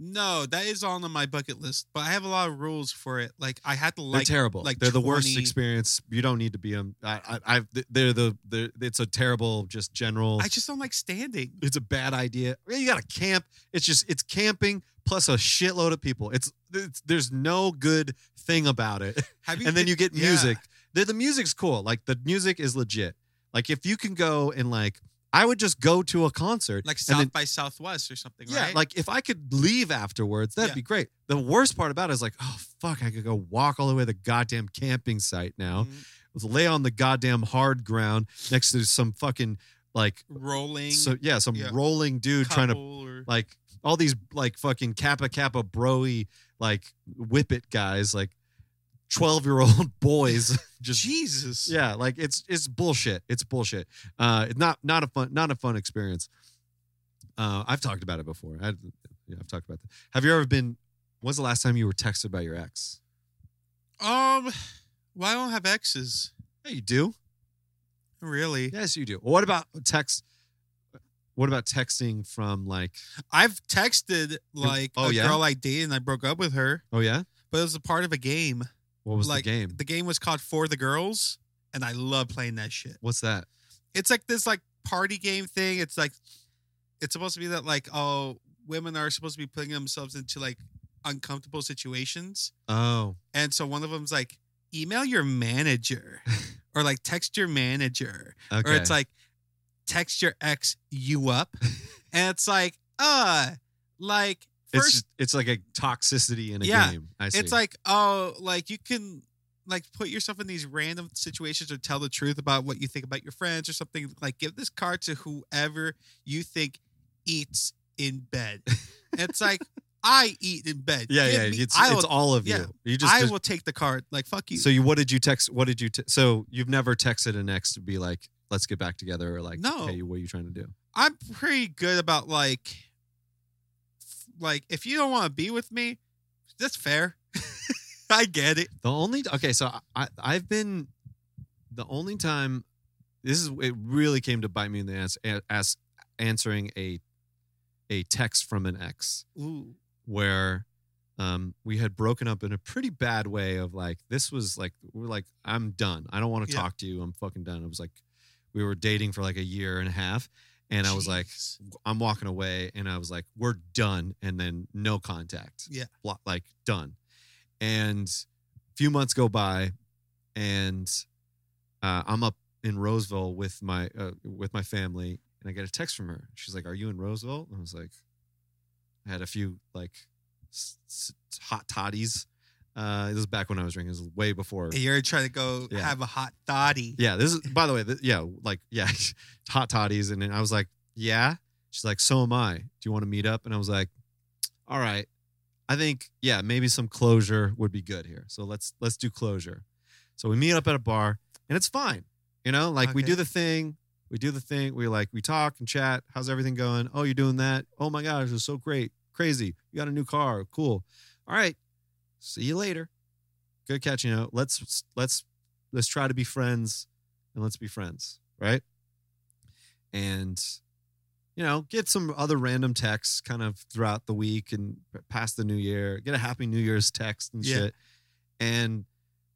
S5: no, that is on my bucket list, but I have a lot of rules for it. Like I had to like.
S3: they're terrible.
S5: like
S3: they're the worst
S5: 20
S3: experience. You don't need to be them. I, I, I've, they're the, they're, it's a terrible, just general.
S5: I just don't like standing.
S3: it's a bad idea. Yeah, You got to camp. It's just, it's camping plus a shitload of people. It's, it's there's no good thing about it.
S5: Have
S3: And then you get
S5: Yeah.
S3: music. The, the music's cool. Like the music is legit. Like if you can go and like, I would just go to a concert.
S5: like
S3: and
S5: South
S3: then-
S5: by Southwest or something,
S3: yeah,
S5: right?
S3: like if I could leave afterwards, that'd
S5: Yeah.
S3: be great. The worst part about it is like, oh fuck, I could go walk all the way to the goddamn camping site now.
S5: Mhm.
S3: lay on the goddamn hard ground next to some fucking like
S5: rolling.
S3: so yeah some
S5: Yeah.
S3: rolling dude trying to
S5: couple or-
S3: like all these like fucking kappa kappa broy like whippet guys like 12 year old boys just
S5: Jesus.
S3: yeah like it's it's bullshit it's bullshit uh it's not not a fun not a fun experience uh i've talked about it before I, yeah, i've talked about that have you ever been when's the last time you were texted by your ex
S5: Um. Well, I don't have exes,
S3: yeah you do
S5: really.
S3: Yes, you do. What about text? What about texting from like?
S5: I've texted like
S3: Oh,
S5: a
S3: yeah?
S5: girl I dated and I broke up with her,
S3: Oh yeah,
S5: but it was a part of a game.
S3: what was
S5: like
S3: the game?
S5: The game was called For the Girls, and I love playing that shit.
S3: What's that?
S5: It's like this like party game thing. It's like it's supposed to be that like oh women are supposed to be putting themselves into like uncomfortable situations,
S3: Oh,
S5: and so one of them's like email your manager or like text your manager
S3: okay.
S5: or it's like text your ex you up and it's like uh like
S3: it's
S5: first
S3: it's like a toxicity in a
S5: Yeah,
S3: game. I see.
S5: it's, like oh like you can like put yourself in these random situations or tell the truth about what you think about your friends or something like give this card to whoever you think eats in bed And it's like i eat in bed
S3: yeah,
S5: Give
S3: yeah.
S5: me-
S3: It's,
S5: I will,
S3: it's all of
S5: yeah,
S3: you. You just,
S5: i
S3: just-
S5: will take the card like fuck you
S3: so you. What did you text? What did you? Te- so you've never texted an ex to be like, let's get back together, or like,
S5: No.
S3: hey, what are you trying to do?
S5: I'm pretty good about like, f- like if you don't want to be with me, that's fair. I get it.
S3: The only okay, so I I've been the only time this is it really came to bite me in the ass as answering a a text from an ex
S5: Ooh,
S3: where um we had broken up in a pretty bad way of like this was like we're like I'm done. I don't want to
S5: Yeah.
S3: talk to you. I'm fucking done. It was like we were dating for like a year and a half and I was like I'm walking away and I was like, we're done. And then no contact.
S5: Yeah.
S3: Blo- Like done. And a few months go by and uh, I'm up in Roseville with my, uh, with my family and I get a text from her. She's like, are you in Roseville? And I was like, I had a few like s- s- hot toddies. Uh, this was back when I was drinking. This was way before.
S5: And you're trying to go
S3: Yeah.
S5: have a hot toddy.
S3: Yeah, this is by the way, th- yeah, like yeah, hot toddies, and then I was like, yeah. She's like, so am I. Do you want to meet up? And I was like, all right. I think yeah, maybe some closure would be good here. So let's let's do closure. So we meet up at a bar, and it's fine. You know, like we do
S5: Okay.
S3: the thing. We do the thing. We like we talk and chat. How's everything going? Oh, you're doing that. Oh my gosh, it was so great, crazy. You got a new car. Cool. All right. See you later. Good catching up. Let's let's let's try to be friends and let's be friends, right? And you know, get some other random texts kind of throughout the week and past the new year. Get a happy New Year's text and
S5: Yeah.
S3: shit. And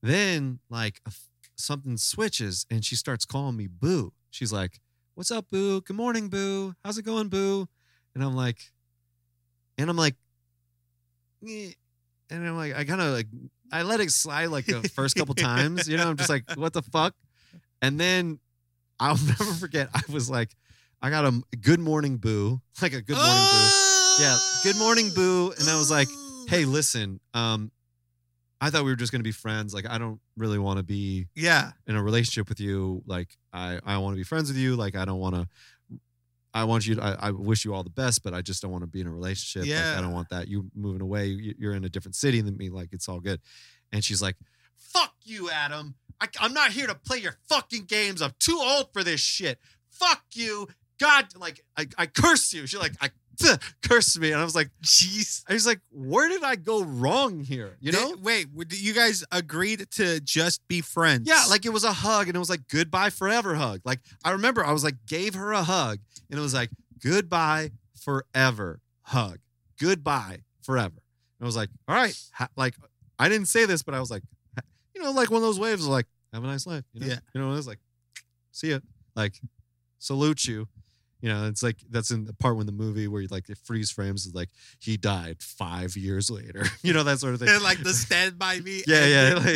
S3: then like a f- something switches and she starts calling me boo. She's like, "What's up, boo? Good morning, boo. How's it going, boo?" And I'm like, and I'm like, "Eh." and I'm like, I kind of like, I let it slide like the first couple times, you know. I'm just like, what the fuck? And then I'll never forget. I was like, I got a good morning, boo, like a good morning, boo. Yeah, good morning, boo. And I was like, hey, listen, um, I thought we were just gonna be friends. Like, I don't really want to be
S5: Yeah.
S3: in a relationship with you like i i want to be friends with you like i don't want to i want you to, I, I wish you all the best but i just don't want to be in a relationship like,
S5: Yeah.
S3: i don't want that you're moving away you- you're in a different city than me like it's all good and she's like fuck you adam I, i'm not here to play your fucking games i'm too old for this shit fuck you god like i, I curse you she's like i cursed me and i was like jeez i was like where did i go wrong here you know
S5: Th- wait, w- do you guys agreed to just be friends.
S3: yeah, like it was a hug and it was like goodbye forever hug. Like I remember I was like gave her a hug and it was like goodbye forever hug. Goodbye forever. And I was like, all right, ha- like I didn't say this, but I was like, ha- you know, like one of those waves, like have a nice life. You know?
S5: Yeah.
S3: You know, it was like, see ya, like salute you. You know, it's like that's in the part when the movie where you like it freeze frames is like he died five years later. you know that sort of thing.
S5: And, like the stand by me.
S3: Yeah, yeah, like,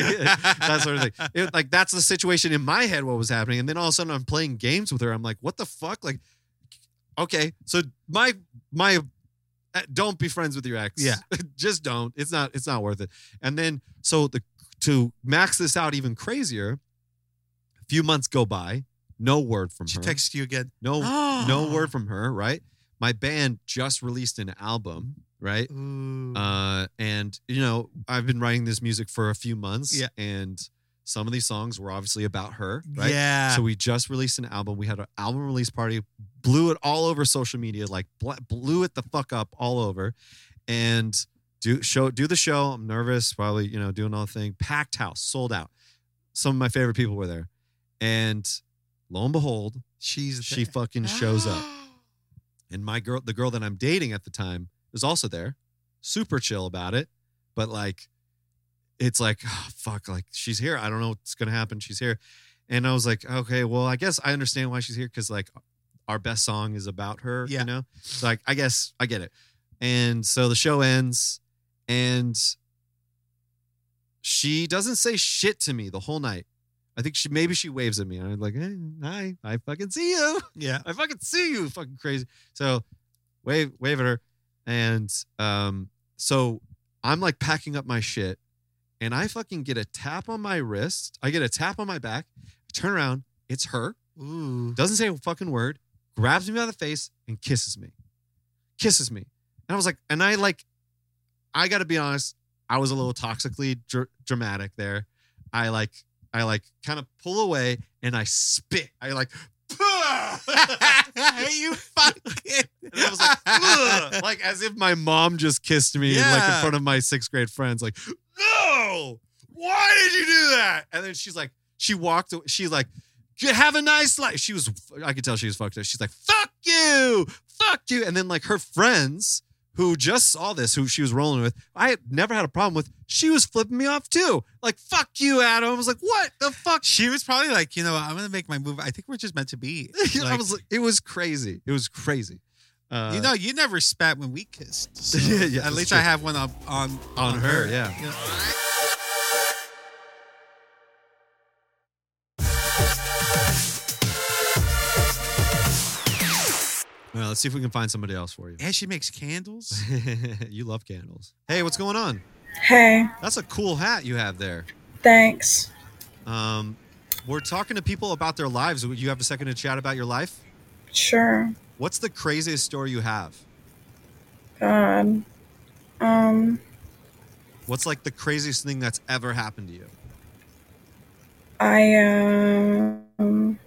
S3: that sort of thing. It, like that's the situation in my head. What was happening, and then all of a sudden I'm playing games with her. I'm like, what the fuck? Like, okay, so my my, uh, don't be friends with your ex.
S5: Yeah.
S3: just don't. It's not. It's not worth it. And then so the to max this out even crazier, a few months go by, no word from
S5: She
S3: her.
S5: texts you again.
S3: no no word from her. Right. My band just released an album. Right.
S5: Ooh.
S3: Uh, and you know, I've been writing this music for a few months,
S5: Yeah.
S3: and some of these songs were obviously about her, right?
S5: Yeah.
S3: So we just released an album. We had an album release party, blew it all over social media, like bl- blew it the fuck up all over, and do show do the show. I'm nervous, probably you know doing all the thing. Packed house, sold out. Some of my favorite people were there, and lo and behold,
S5: she's
S3: she
S5: there.
S3: fucking shows up. And my girl, the girl that I'm dating at the time, is also there. Super chill about it, but like, it's like, oh, fuck, like she's here. I don't know what's gonna happen. She's here, and I was like, okay, well, I guess I understand why she's here because like, our best song is about her.
S5: Yeah.
S3: You know, so, like I guess I get it. And so the show ends, and she doesn't say shit to me the whole night. I think she maybe she waves at me, and I'm like, hey, hi, I fucking see you.
S5: Yeah.
S3: I fucking see you, fucking crazy. So wave wave at her. And um, so I'm like packing up my shit and I fucking get a tap on my wrist. I get a tap on my back, turn around, it's her,
S5: Ooh.
S3: doesn't say a fucking word, grabs me by the face and kisses me. Kisses me. And I was like, and I like, I gotta be honest, I was a little toxically dr- dramatic there. I like, I like kind of pull away and I spit. I like,
S5: you fucking.
S3: And I was like, "Ugh," like as if my mom just kissed me, like in
S5: Yeah.
S3: front of my sixth grade friends. Like, no, why did you do that? And then she's like, she walked. away. She's like, "You have a nice life. She was, I could tell she was fucked up. She's like, fuck you, fuck you. And then like her friends who just saw this, who she was rolling with, I had never had a problem with. She was flipping me off too. Like, fuck you, Adam. I was like, what the fuck?
S5: she was probably like, you know, what, I'm gonna make my move. I think we're just meant to be.
S3: I
S5: Like,
S3: was like, it was crazy. It was crazy. Uh,
S5: you know, you never spat when we kissed. So
S3: Yeah, yeah,
S5: At
S3: that's
S5: least
S3: true.
S5: I have one on on
S3: On her, yeah. All right, let's see if we can find somebody else for you.
S5: And she makes candles.
S3: you love candles. Hey, what's going on?
S8: Hey,
S3: That's a cool hat you have there.
S8: thanks.
S3: Um, we're talking to people about their lives. Would You have a second to chat about your life?
S8: Sure.
S3: What's the craziest story you have?
S8: God. Um,
S3: What's like the craziest thing that's ever happened to you?
S8: I um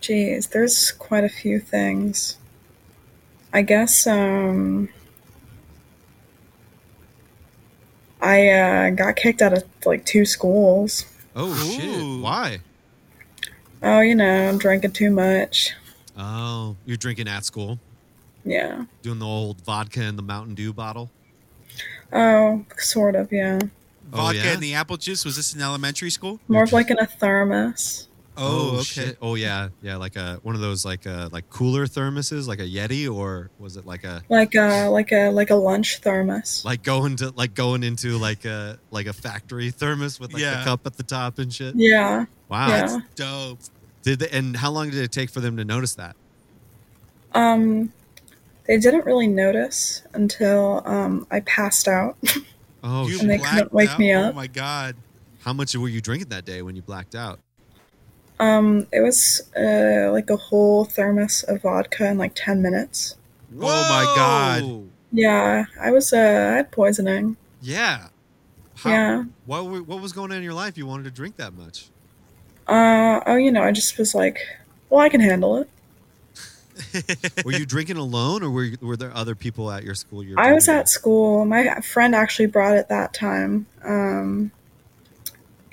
S7: Geez, there's quite a few things. I guess um I uh, got kicked out of like two schools.
S3: Oh
S5: Ooh.
S3: shit! Why?
S7: Oh, you know, I'm drinking too much.
S3: Oh, you're drinking at school,
S7: Yeah.
S3: doing the old vodka in the Mountain Dew bottle.
S7: Oh, sort of, yeah.
S3: Oh,
S5: Vodka
S3: yeah?
S5: and the apple juice. Was this in elementary school?
S7: More of like in a thermos.
S5: Oh, okay.
S3: shit! Oh yeah, yeah, like a one of those like uh like cooler thermoses, like a Yeti, or was it like a
S7: Like a like a like a lunch thermos.
S3: like going to like going into like a like a factory thermos with like
S5: Yeah.
S3: the cup at the top and shit.
S7: Yeah.
S3: Wow.
S7: Yeah.
S5: Dope.
S3: Did they, and how long did it take for them to notice that?
S7: Um they didn't really notice until um I passed out.
S3: Oh,
S5: you
S3: shit.
S7: And they
S5: blacked
S7: couldn't wake
S5: out?
S7: me
S5: Oh
S7: up.
S5: my god.
S3: how much were you drinking that day when you blacked out?
S7: Um it was uh like a whole thermos of vodka in like 10 minutes.
S5: Oh my god.
S3: Whoa.
S7: Yeah, I was uh I had poisoning.
S3: Yeah. How,
S7: Yeah.
S3: What were, what was going on in your life? You wanted to drink that much?
S7: Uh oh, you know, I just was like, well, I can handle it.
S3: Were you drinking alone, or were you, were there other people at your school? You're
S7: I was at
S3: drinking
S7: school. My friend actually brought it that time. Um,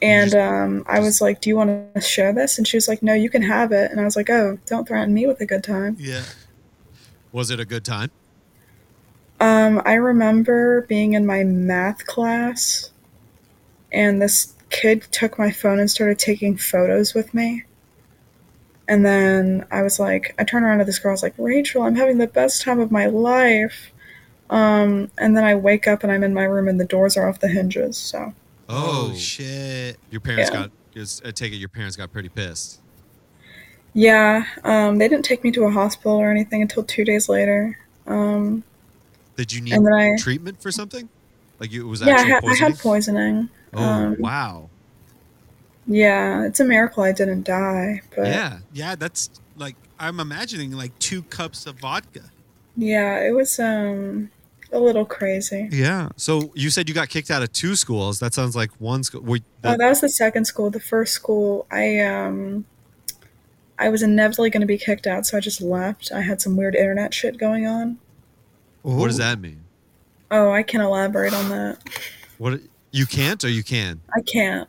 S7: and um, I was like, Do you want to share this? And she was like, No, you can have it. And I was like, Oh, don't threaten me with a good time.
S5: Yeah.
S3: with? Was it a good time?
S7: Um, I remember being in my math class, and this kid took my phone and started taking photos with me. And then I was like, I turned around to this girl. I was like, Rachel, I'm having the best time of my life. Um, and then I wake up and I'm in my room and the doors are off the hinges. So
S5: Oh, shit.
S3: Your parents
S7: Yeah.
S3: got. Just, I take it your parents got pretty pissed.
S7: yeah, um, they didn't take me to a hospital or anything until two days later. Um,
S3: Did you need
S7: and then I
S3: treatment for something? Like you, it was
S7: yeah,
S3: actually
S7: I had, I
S3: poisoning?
S7: had poisoning.
S3: Oh
S7: um,
S3: wow!
S7: Yeah, it's a miracle I didn't die. But
S3: yeah,
S5: Yeah, that's like I'm imagining like two cups of vodka.
S7: Yeah, it was um a little crazy.
S3: yeah. So you said you got kicked out of two schools. That sounds like one school. Were,
S7: oh, that was the second school. The first school, I um I was inevitably going to be kicked out, so I just left. I had some weird internet shit going on.
S3: what does that mean?
S7: Oh, I can elaborate on that.
S3: What you can't or you can?
S7: I can't.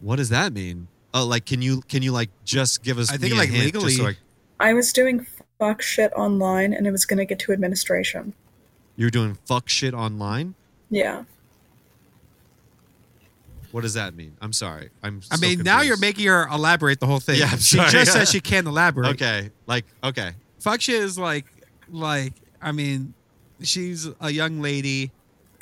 S3: What does that mean? Oh, like can you can you like just give us?
S5: I think,
S3: me a
S5: like,
S3: hint just so
S5: legally-
S3: I-
S7: I was doing fuck shit online and it was going to get to administration.
S3: you're doing fuck shit online.
S7: Yeah.
S3: What does that mean? I'm sorry. I'm.
S5: I
S3: so
S5: mean, now
S3: confused.
S5: you're making her elaborate the whole thing.
S3: Yeah, I'm
S5: she
S3: sorry.
S5: just said she can't elaborate.
S3: Okay, like okay.
S5: Fuck shit is like, like I mean, she's a young lady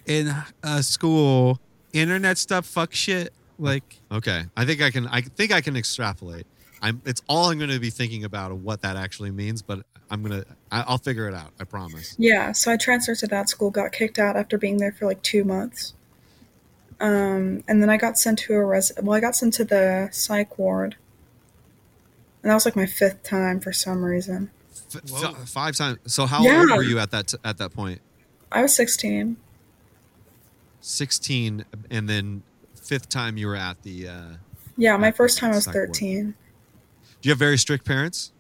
S5: in a school. Internet stuff. Fuck shit. Like
S3: Okay, I think I can. I think I can extrapolate. I'm. It's all I'm going to be thinking about of what that actually means, but I'm gonna. I, I'll figure it out. I promise.
S7: Yeah, so I transferred to that school, got kicked out after being there for like 2 months. Um and then I got sent to a res well, I got sent to the psych ward. And that was like my fifth time for some reason.
S3: F-
S5: Whoa.
S3: f- five times. So how
S7: Yeah.
S3: old were you at that t- at that point?
S7: I was 16.
S3: Sixteen, and then fifth time you were at the. Uh, do
S7: Yeah, my
S3: At the
S7: first time I was
S3: psych ward.
S7: 13.
S3: you have very strict parents?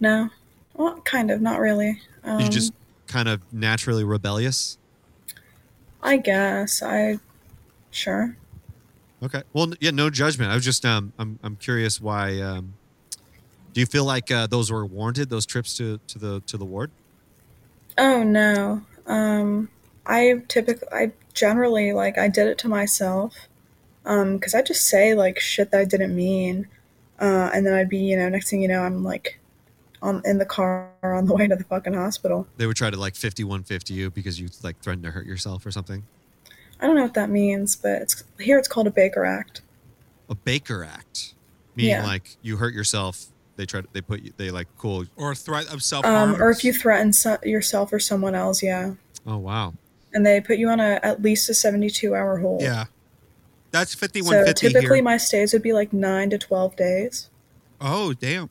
S7: No. Well, kind of, not really. Um,
S3: you just kind of naturally rebellious.
S7: I guess I sure.
S3: Okay. Well, n- yeah, no judgment. I was just um, I'm I'm curious why. Um, do you feel like uh, those were warranted? Those trips to to the to the ward?
S7: Oh no. Um I typically I generally like I did it to myself. Um cuz I just say like shit that I didn't mean. Uh and then I'd be, you know, next thing you know, I'm like on in the car on the way to the fucking hospital.
S3: They would try to like 5150 you because you like threatened to hurt yourself or something.
S7: I don't know what that means, but it's here it's called a Baker Act.
S3: a Baker Act, meaning
S7: Yeah.
S3: like you hurt yourself. They try. To, they put you. They like cool.
S5: or threat of self harm.
S7: Um or if you threaten so- yourself or someone else, yeah.
S3: Oh wow.
S7: And they put you on a at least a 72 hour hold.
S5: yeah, that's fifty one
S7: So
S5: fifty
S7: typically
S5: here.
S7: my stays would be like 9 to 12 days.
S5: oh damn.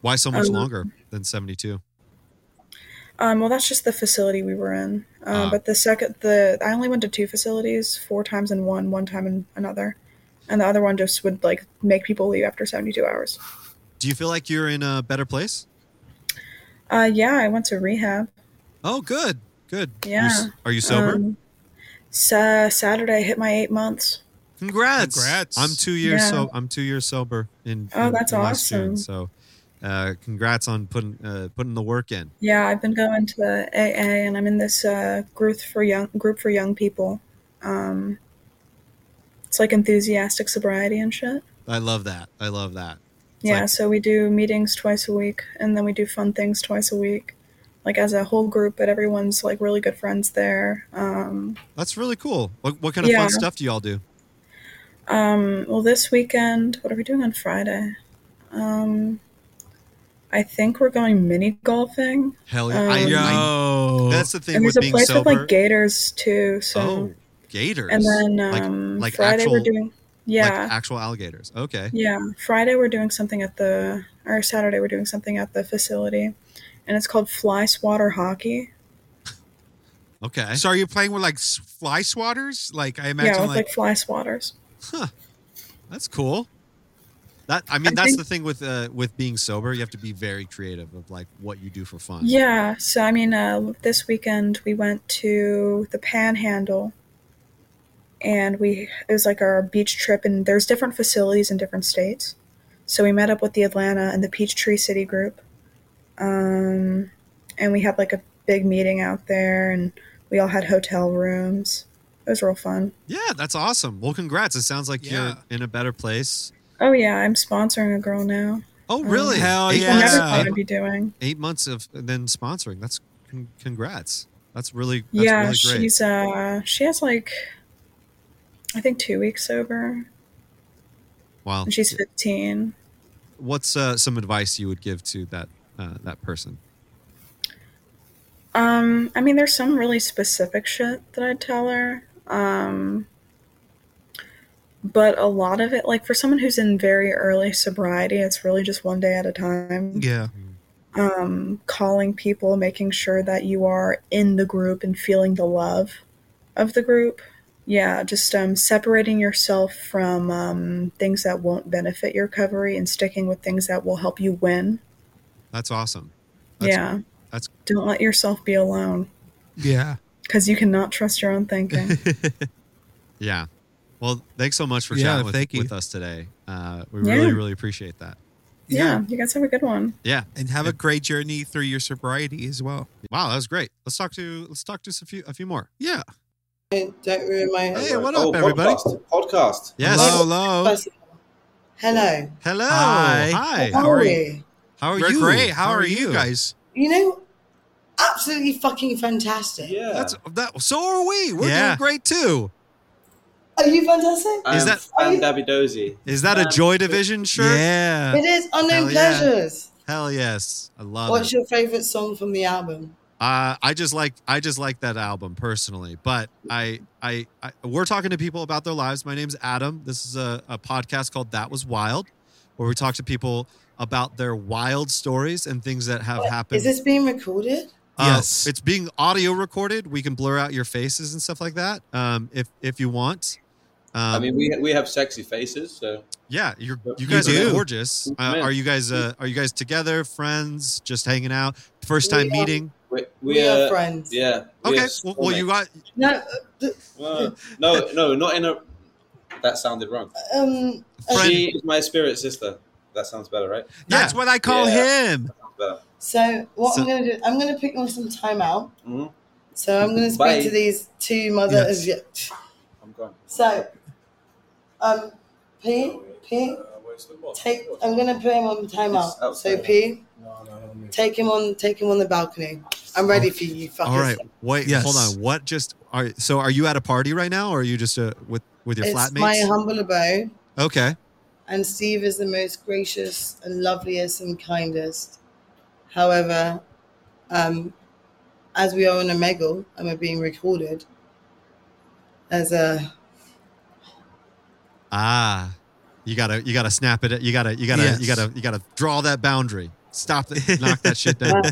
S3: Why so much
S7: Um,
S3: longer than seventy two?
S7: Um, well, that's just the facility we were in. Um,
S3: Ah.
S7: But the second, the I only went to two facilities, four times in one, one time in another, and the other one just would like make people leave after seventy-two hours.
S3: Do you feel like you're in a better place?
S7: Uh, yeah, I went to rehab.
S3: Oh, good, good. You
S7: Yeah.
S3: s- are you sober?
S7: Um, sa- Saturday I hit my eight months.
S3: Congrats.
S5: Congrats.
S3: I'm two years
S7: Yeah.
S3: so I'm two years sober in,
S7: Oh,
S3: in-
S7: that's
S3: in last June.
S7: awesome.
S3: So uh congrats on putting uh putting the work in.
S7: Yeah, I've been going to AA, and I'm in this uh, group for young group for young people. Um, it's like enthusiastic sobriety and shit.
S3: I love that. I love that.
S7: Yeah,
S3: like-
S7: so we do meetings twice a week, and then we do fun things twice a week, like as a whole group. But everyone's like really good friends there. Um,
S3: That's really cool. What what kind of
S7: Yeah.
S3: fun stuff do y'all do?
S7: Um, well, this weekend, what are we doing on Friday? Um, I think we're going mini golfing.
S3: Hell yeah. I,
S7: Um,
S3: I-
S5: Yo.
S3: Mm. that's the thing
S7: and
S3: with
S7: there's a
S3: being
S7: place
S3: sober.
S7: with like gators too. So,
S3: oh, gators.
S7: and then
S3: Like-
S7: um,
S3: like
S7: Friday we're
S3: actual-
S7: doing,
S3: Like
S7: yeah,
S3: actual alligators. Okay.
S7: yeah. Friday we're doing something at the, or Saturday we're doing something at the facility, and it's called fly swatter hockey.
S3: Okay.
S5: So are you playing with like s- fly swatters? Like I imagine,
S7: yeah, with like,
S5: like,
S7: fly swatters.
S3: That's cool. That I mean,
S7: I
S3: that's
S7: think-
S3: the thing with uh, with being sober. You have to be very creative of like what you do for fun.
S7: Yeah. So I mean, uh, this weekend we went to the Panhandle, and we it was like our beach trip, and there's different facilities in different states. So we met up with the Atlanta and the Peachtree City group, um, and we had like a big meeting out there, and we all had hotel rooms. It was real fun.
S3: Yeah, that's awesome. Well, congrats. It sounds like
S5: Yeah.
S3: you're in a better place.
S7: Oh yeah, I'm sponsoring a girl now.
S3: Oh,
S7: Um,
S3: really?
S5: Hell
S3: eight
S5: yeah.
S7: I never
S3: Months,
S7: thought
S3: eight,
S7: I'd be doing.
S3: eight months of then sponsoring. That's con- congrats. That's really that's
S7: yeah,
S3: really great.
S7: she's uh, she has like, I think two weeks sober.
S3: wow.
S7: and she's 15.
S3: What's uh, some advice you would give to that uh, that person?
S7: Um, I mean, there's some really specific shit that I'd tell her. Um, but a lot of it, like for someone who's in very early sobriety, it's really just one day at a time.
S5: yeah,
S7: Um, calling people, making sure that you are in the group and feeling the love of the group. Yeah, just um, separating yourself from um, things that won't benefit your recovery and sticking with things that will help you win.
S3: That's awesome. That's,
S7: yeah.
S3: that's-
S7: Don't let yourself be alone.
S5: yeah.
S7: because you cannot trust your own thinking.
S3: Yeah. Well, thanks so much for
S5: Yeah,
S3: chatting with,
S5: thank you.
S3: with us today. Uh, we
S7: Yeah.
S3: really really appreciate that.
S7: yeah, you guys have a good one.
S3: Yeah.
S5: and have a great journey through your sobriety as well.
S3: Wow, that was great. Let's talk to let's talk to a few a few more.
S5: Yeah.
S9: Hey, Don't ruin my
S3: Hey, what
S9: Oh,
S3: up, everybody?
S9: Podcast. podcast.
S3: Yes.
S5: Hello, hello.
S9: Hello.
S3: Hello.
S5: Hi.
S3: Hi.
S5: How are you?
S3: How are
S5: We're
S3: you?
S5: great. How, are, you guys?
S9: You know, absolutely fucking fantastic.
S10: Yeah.
S3: That's that. So are we. We're
S5: Yeah.
S3: doing great too.
S9: Are you fantastic?
S3: Is that-
S10: I'm Dabby Dozy.
S3: Is that a
S9: Um,
S3: Joy Division shirt?
S5: Yeah.
S9: it is Unknown
S3: Hell yeah.
S9: Pleasures.
S3: Hell yes. I love
S9: What's
S3: it.
S9: your favourite song from the album?
S3: Uh, I just like I just like that album personally. But I, I I we're talking to people about their lives. My name's Adam. This is a, a podcast called That Was Wild, where we talk to people about their wild stories and things that have happened.
S9: Is this being recorded?
S3: Uh,
S5: Yes.
S3: it's being audio recorded. We can blur out your faces and stuff like that, um, if if you want. Um,
S11: I mean, we we have sexy faces, so
S3: yeah, you're, you
S11: You
S3: guys are
S5: do.
S3: gorgeous. Uh,
S11: Yeah.
S3: are you guys uh, are you guys together, friends, just hanging out, first time
S9: We are-
S3: meeting?
S11: we we,
S9: We,
S11: uh,
S9: are friends.
S11: Yeah. we
S3: Okay,
S11: are
S3: well, well, you
S11: soulmates.
S3: got
S9: No, uh, th-
S11: Well, no, no, not in a. That sounded wrong.
S9: um,
S11: She is my spirit sister. That sounds better, right?
S5: That's what I call him.
S11: Sounds better.
S9: so what
S3: So-
S9: I'm going to do, I'm going to pick on some time out.
S11: Mhm.
S9: So I'm going to speak
S11: Bye.
S9: to these two mothers. Yeah.
S11: I'm gone.
S9: So, um, P, P, take. I'm gonna put him on
S11: It's
S9: timeout. So
S11: outside.
S9: P, take him on, take him on the balcony. I'm ready for you, fuckers.
S3: all right. Wait,
S5: Yes.
S3: hold on. What just are so? Are you at a party right now, or are you just uh, with with your
S9: It's my
S3: flatmates?
S9: humble abode,
S3: okay,
S9: and Steve is the most gracious and loveliest and kindest. However, um, as we are on a megal and we're being recorded, there's a
S3: ah, you gotta you gotta snap it. You gotta you gotta you
S5: Yes.
S3: gotta you gotta draw that boundary. Stop it. knock that shit down.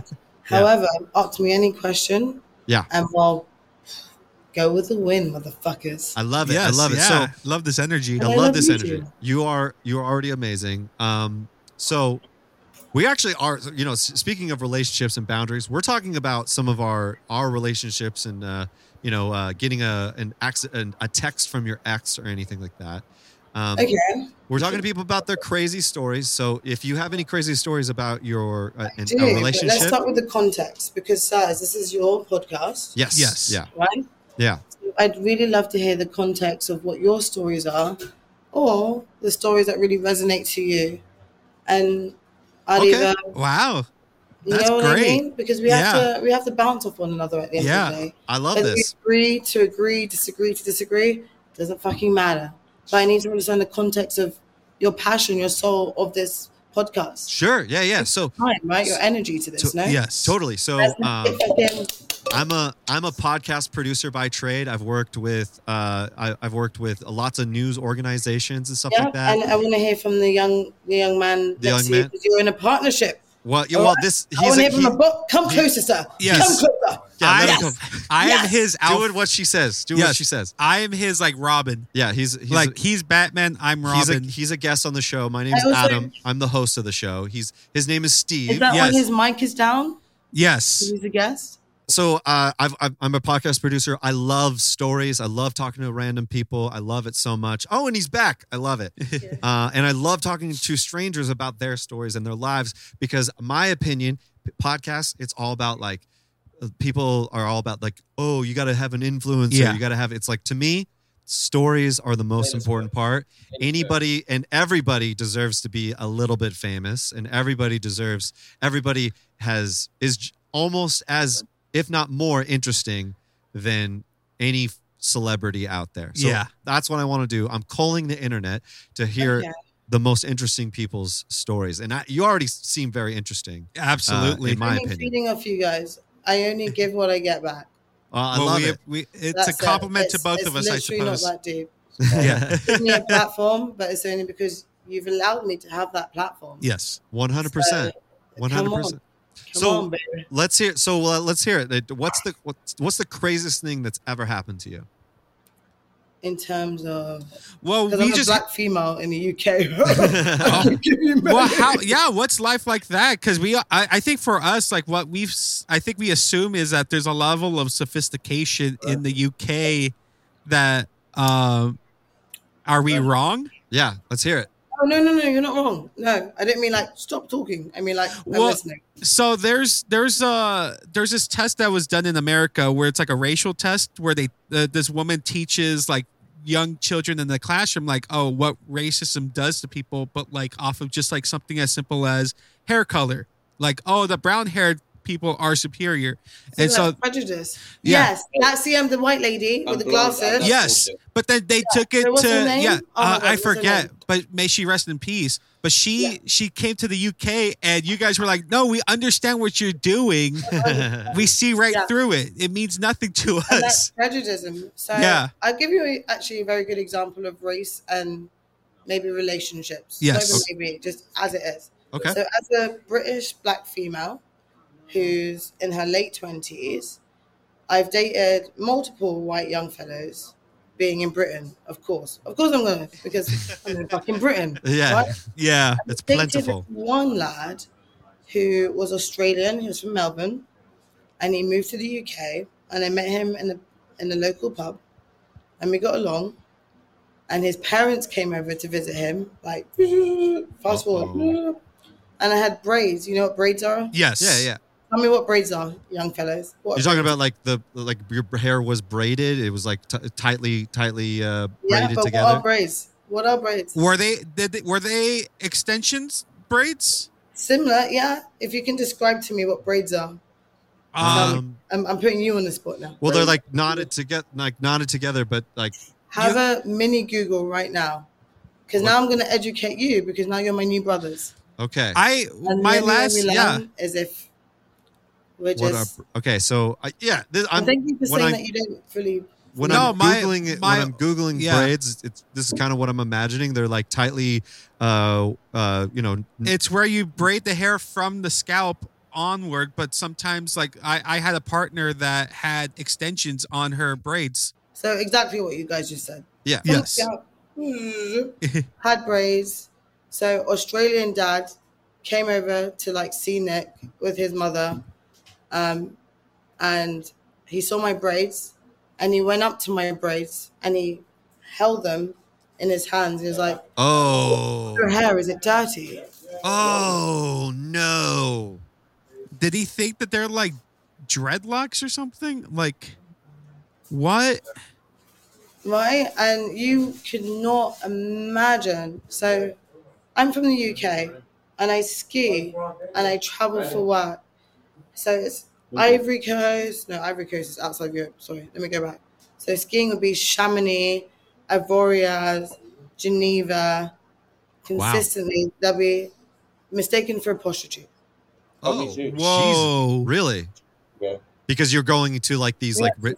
S9: However, ask me any question.
S3: Yeah.
S9: And we'll go with the win, motherfuckers.
S3: I love it.
S5: Yes,
S3: I love it. So
S5: yeah. love this energy.
S3: I
S9: I
S3: love
S9: love
S3: this
S9: you
S3: energy.
S9: too.
S3: You are you are already amazing. Um, so We actually are, you know, s- speaking of relationships and boundaries, we're talking about some of our our relationships and uh, you know, uh, getting a an, ex, an a text from your ex or anything like that. Um,
S9: Okay.
S3: We're talking to people about their crazy stories. So if you have any crazy stories about your uh, an,
S9: Do,
S3: a
S9: but let's
S3: relationship,
S9: start with the context because, Saz, this is your podcast,
S3: yes,
S5: Yes.
S3: yeah,
S9: right?
S3: yeah,
S9: I'd really love to hear the context of what your stories are or the stories that really resonate to you. And I'd
S5: Okay.
S9: either
S5: Wow.
S9: you
S5: That's
S9: know what
S5: great.
S9: I mean? Because we have
S5: Yeah.
S9: to we have to bounce off one another at the end
S5: Yeah.
S9: of the day.
S3: I love
S9: Whether we
S3: this.
S9: agree to agree, disagree to disagree, doesn't fucking matter. But I need to understand the context of your passion, your soul of this podcast.
S3: Sure, yeah, yeah. So
S9: Time, right? Your energy to this,
S3: To-
S9: no?
S5: Yes.
S3: totally. So
S9: That's not
S3: um,
S9: it, but then-
S3: I'm a I'm a podcast producer by trade. I've worked with uh, I, I've worked with lots of news organizations and stuff
S9: yeah,
S3: like that.
S9: and I want to hear from the young the young man next
S3: The young
S9: to you
S3: man.
S9: because you're in a partnership.
S3: Well, yeah,
S9: All
S3: well,
S9: right.
S3: this
S9: I
S3: he's
S9: want
S3: a,
S9: to hear from
S3: he-
S9: a book. Come
S3: he-
S9: closer, sir.
S5: Yes.
S9: Come closer.
S3: yeah, let
S5: I,
S3: him come.
S5: I am
S9: Yes.
S5: his
S3: doing
S5: alpha.
S3: what she says. Do what
S5: Yes.
S3: she says.
S5: I am his like Robin.
S3: Yeah, he's he's
S5: like he's Batman. I'm
S3: a, he's a
S5: Robin.
S3: he's a guest on the show. My name's
S9: I also-
S3: Adam. I'm the host of the show. He's his name is Steve.
S9: Is that
S5: Yes.
S9: why his mic is down?
S5: yes.
S9: He's a guest.
S3: so uh, I've, I've, I'm a podcast producer. I love stories. I love talking to random people. I love it so much. Oh, and he's back. I love it. Uh, and I love talking to strangers about their stories and their lives because my opinion, p- podcasts, it's all about like uh, people are all about like, oh, you got to have an influencer.
S5: Yeah.
S3: You got to have. It's like to me, stories are the most
S11: Famous
S3: important part.
S11: Anyway,
S3: Anybody and everybody deserves to be a little bit famous, and everybody deserves. Everybody has is j- almost as if not more interesting than any f- celebrity out there. So
S5: Yeah.
S3: that's what I want to do. I'm calling the internet to hear
S9: Okay.
S3: the most interesting people's stories. And I, you already seem very interesting. uh,
S5: Absolutely.
S3: in my
S9: I'm
S3: opinion.
S9: feeding off you guys. I only give what I get back.
S3: Uh, I
S5: Well,
S3: love
S5: we,
S3: it.
S5: we- it's
S9: That's
S5: a compliment
S9: it.
S5: to
S9: It's-
S5: both of us, I
S9: It's literally
S5: suppose.
S9: not that deep.
S5: yeah.
S9: Give me a platform, but it's only because you've allowed me to have that platform.
S5: yes.
S3: 100%.
S9: Come
S3: 100%.
S9: on. Come
S3: So-
S9: on, baby.
S3: Let's hear. So uh, let's hear it. What's the what's, what's the craziest thing that's ever happened to you?
S9: In terms of,
S5: Well,
S9: because
S5: we
S9: I'm a
S5: just.
S9: black female in the UK.
S5: Oh,
S9: Give me money.
S5: well, how? Yeah. What's life like that? Because we, I, I think for us, like what we've, s- I think we assume is that there's a level of sophistication in the UK that. um are we wrong?
S3: Yeah, let's hear it.
S9: Oh, no, no, no, you're not wrong. No, I didn't mean like stop talking. I mean like I'm
S5: Well,
S9: listening.
S5: So there's there's uh there's this test that was done in America where it's like a racial test where they uh, this woman teaches like young children in the classroom like oh what racism does to people but like off of just like something as simple as hair color like oh the brown haired people are superior and so
S9: like, prejudice.
S5: Yeah.
S9: Yes, that's the um, the white lady
S11: I'm
S9: with the
S11: blonde, I'm
S9: glasses.
S11: not
S5: Yes.
S11: bullshit.
S5: but then they took it
S9: But what's
S5: to
S9: her name?
S5: yeah
S9: Oh my
S5: uh,
S9: God,
S5: I
S9: what's her
S5: forget
S9: name?
S5: but may she rest in peace but she
S9: Yeah.
S5: she came to the UK and you guys were like no we understand what you're doing we see right
S9: Yeah.
S5: through it. It means nothing to
S9: And
S5: us.
S9: that's prejudism. So
S5: Yeah.
S9: I'll give you a, actually a very good example of race and maybe relationships. Not
S5: Yes.
S9: even maybe just as it is.
S3: Okay.
S9: So as a British black female who's in her late twenties, I've dated multiple white young fellows. Being in Britain, of course, of course I'm gonna because I'm in fucking Britain.
S3: Yeah,
S9: right?
S5: Yeah.
S3: it's
S9: dated
S3: plentiful.
S9: One lad who was Australian, he was from Melbourne, and he moved to the UK. And I met him in the in the local pub, and we got along. And his parents came over to visit him. Like fast forward, and I had braids. You know what braids are?
S5: Yes.
S3: Yeah, yeah.
S9: Tell me what braids are, young fellas. What
S3: You're talking about like the like your hair was braided. It was like t- tightly, tightly uh,
S9: yeah,
S3: braided
S9: but what
S3: together.
S9: are braids? What are braids?
S5: Were they, did they were they extensions braids?
S9: Similar, yeah. If you can describe to me what braids are,
S5: Um,
S9: I'm, I'm putting you on the spot now.
S3: well, they're like knotted together, like knotted together, but like
S9: Have a mini Google right now. Because now I'm going to educate you because now you're my new brothers.
S3: okay,
S5: I my
S9: then we
S5: last
S9: learn
S5: yeah.
S9: As if we're
S3: what are,
S9: just.
S3: okay. So I yeah, this, I'm
S9: thank you for
S3: when
S9: saying
S3: I-
S9: that you don't fully.
S3: when
S5: No,
S3: I'm
S5: my-
S3: googling it,
S5: my-
S3: when I'm googling
S5: yeah.
S3: braids, it's this is kind of what I'm imagining. They're like tightly, uh, uh, you know,
S5: It's where you braid the hair from the scalp onward, but sometimes like I I had a partner that had extensions on her braids.
S9: So exactly what you guys just said.
S3: yeah,
S5: Yes.
S9: hmm, Yeah. Had braids. So Australian dad came over to like see Nick with his mother, um, and he saw my braids, and he went up to my braids and he held them in his hands. He was like,
S3: Oh.
S9: "Your hair is it dirty?"
S3: Oh no.
S5: Did he think that they're like dreadlocks or something? Like, what?
S9: right? And you could not imagine. So, I'm from the UK, and I ski and I travel for work. So it's
S11: Oh,
S9: Ivory Coast. No, Ivory Coast is outside Europe. Sorry, let me go back. So skiing would be Chamonix, Ivoriaz, Geneva. Consistently, they'll be mistaken for a prostitute.
S11: Oh,
S3: Oh,
S11: me too.
S5: Whoa.
S3: really?
S11: Yeah.
S3: Because you're going to like these like ri-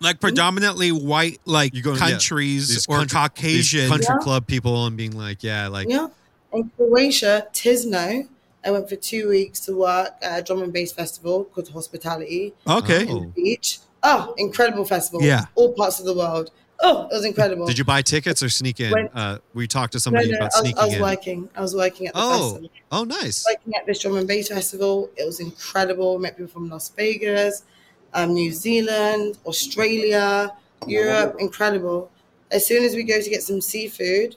S5: Like predominantly white, like
S3: You go- yeah.
S5: countries
S3: These
S5: or
S3: country- these
S5: Caucasian.
S3: country
S9: Yeah.
S3: club people and being like, yeah, like
S9: yeah. In Croatia, Tisno, I went for two weeks to work at a drum and bass festival called Hospitality.
S5: okay.
S3: Oh.
S9: in the beach. Oh, incredible festival.
S5: Yeah.
S9: All parts of the world. Oh, it was incredible.
S3: Did you buy tickets or sneak in?
S9: When-
S3: uh, we talked to
S9: No,
S3: somebody
S9: no, I
S3: about
S9: was,
S3: sneaking
S9: I was
S3: in.
S9: working. I was working at the
S3: Oh.
S9: festival.
S3: oh, nice.
S9: Working at this drum and bass festival. It was incredible. Met people from Las Vegas, um, New Zealand, Australia, Europe. Incredible. As soon as we go to get some seafood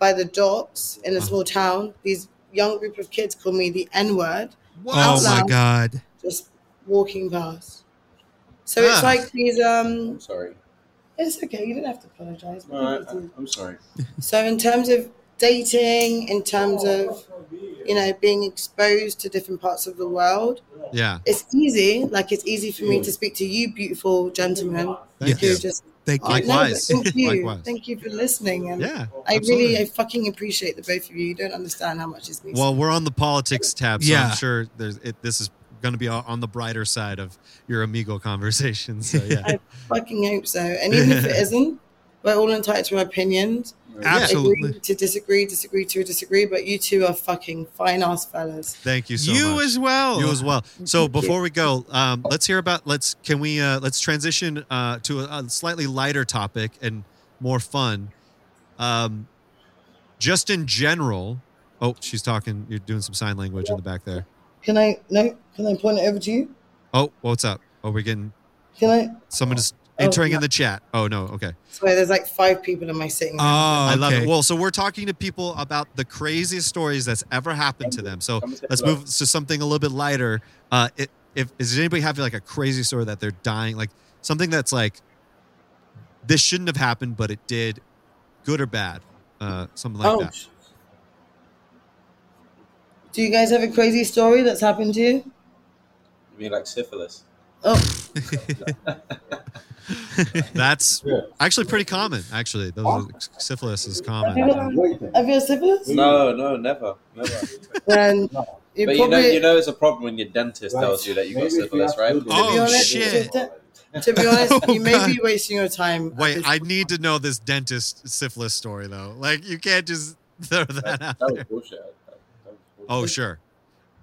S9: by the docks in a small town, these young group of kids call me the N word.
S5: Oh
S9: Out
S5: my
S9: loud.
S5: God.
S9: Just walking past. So
S3: Ah.
S9: it's like these um
S11: I'm sorry.
S9: It's okay. You don't have to apologize.
S11: No, I, I- I'm sorry.
S9: So, in terms of dating, in terms of you know being exposed to different parts of the world,
S3: yeah.
S9: it's easy. Like it's easy for me to speak to you, beautiful gentlemen,
S3: Thank
S9: who
S3: you.
S9: just oh,
S5: Thank you.
S9: No, but
S3: Likewise.
S9: thank you.
S3: Likewise.
S9: Thank you for listening. And
S3: Yeah.
S9: I
S3: absolutely.
S9: really, I fucking appreciate the both of you. You don't understand how much this means.
S3: Well, we're on the politics tab, so
S5: Yeah.
S3: I'm sure there's it, this is going to be on on the brighter side of your amigo conversation. So yeah,
S9: I fucking hope so. And even if it isn't, we're all entitled to our opinions.
S5: Absolutely.
S9: Agree to disagree, disagree to disagree. But you two are fucking fine ass fellas.
S3: thank you so
S5: you
S3: much.
S5: as well.
S3: you as well. So before we go, um, let's hear about let's can we uh, let's transition uh, to a, a slightly lighter topic and more fun. Um, just in general. Oh, she's talking. You're doing some sign language in the back there.
S9: Can I no? Can I point it over to you?
S3: Oh, what's up? Oh, we're getting
S9: Can I?
S3: someone is
S9: Oh,
S3: entering
S9: yeah.
S3: in the chat. Oh no, okay.
S9: Sorry, there's like five people in my sitting room.
S5: Oh,
S3: I love it. Well, so we're talking to people about the craziest stories that's ever happened to them. So
S11: I'm gonna
S3: Oh, let's
S11: take it
S3: move to something a little bit lighter. Uh, it, if is anybody having like a crazy story that they're dying, like something that's like this shouldn't have happened, but it did, good or bad, uh, something like
S9: oh.
S3: that.
S9: Do you guys have a crazy story that's happened to you?
S11: You mean like syphilis?
S9: Oh,
S3: That's
S11: Yeah.
S3: actually pretty common. Actually, those are, syphilis is common.
S9: have you had syphilis?
S11: No, no, never. never.
S9: Then you
S11: but
S9: probably,
S11: you know, you know, it's a problem when your dentist tells you that you got syphilis, right?
S5: Oh,
S9: be honest,
S5: shit.
S9: To, to be honest,
S5: Oh,
S9: you may
S5: God.
S9: be wasting your time. at
S3: Wait,
S9: this
S3: I
S9: point.
S3: need to know this dentist syphilis story though. Like you can't just throw that
S11: That, that
S3: out. There.
S11: was bullshit. That- that was bullshit.
S3: Oh, sure.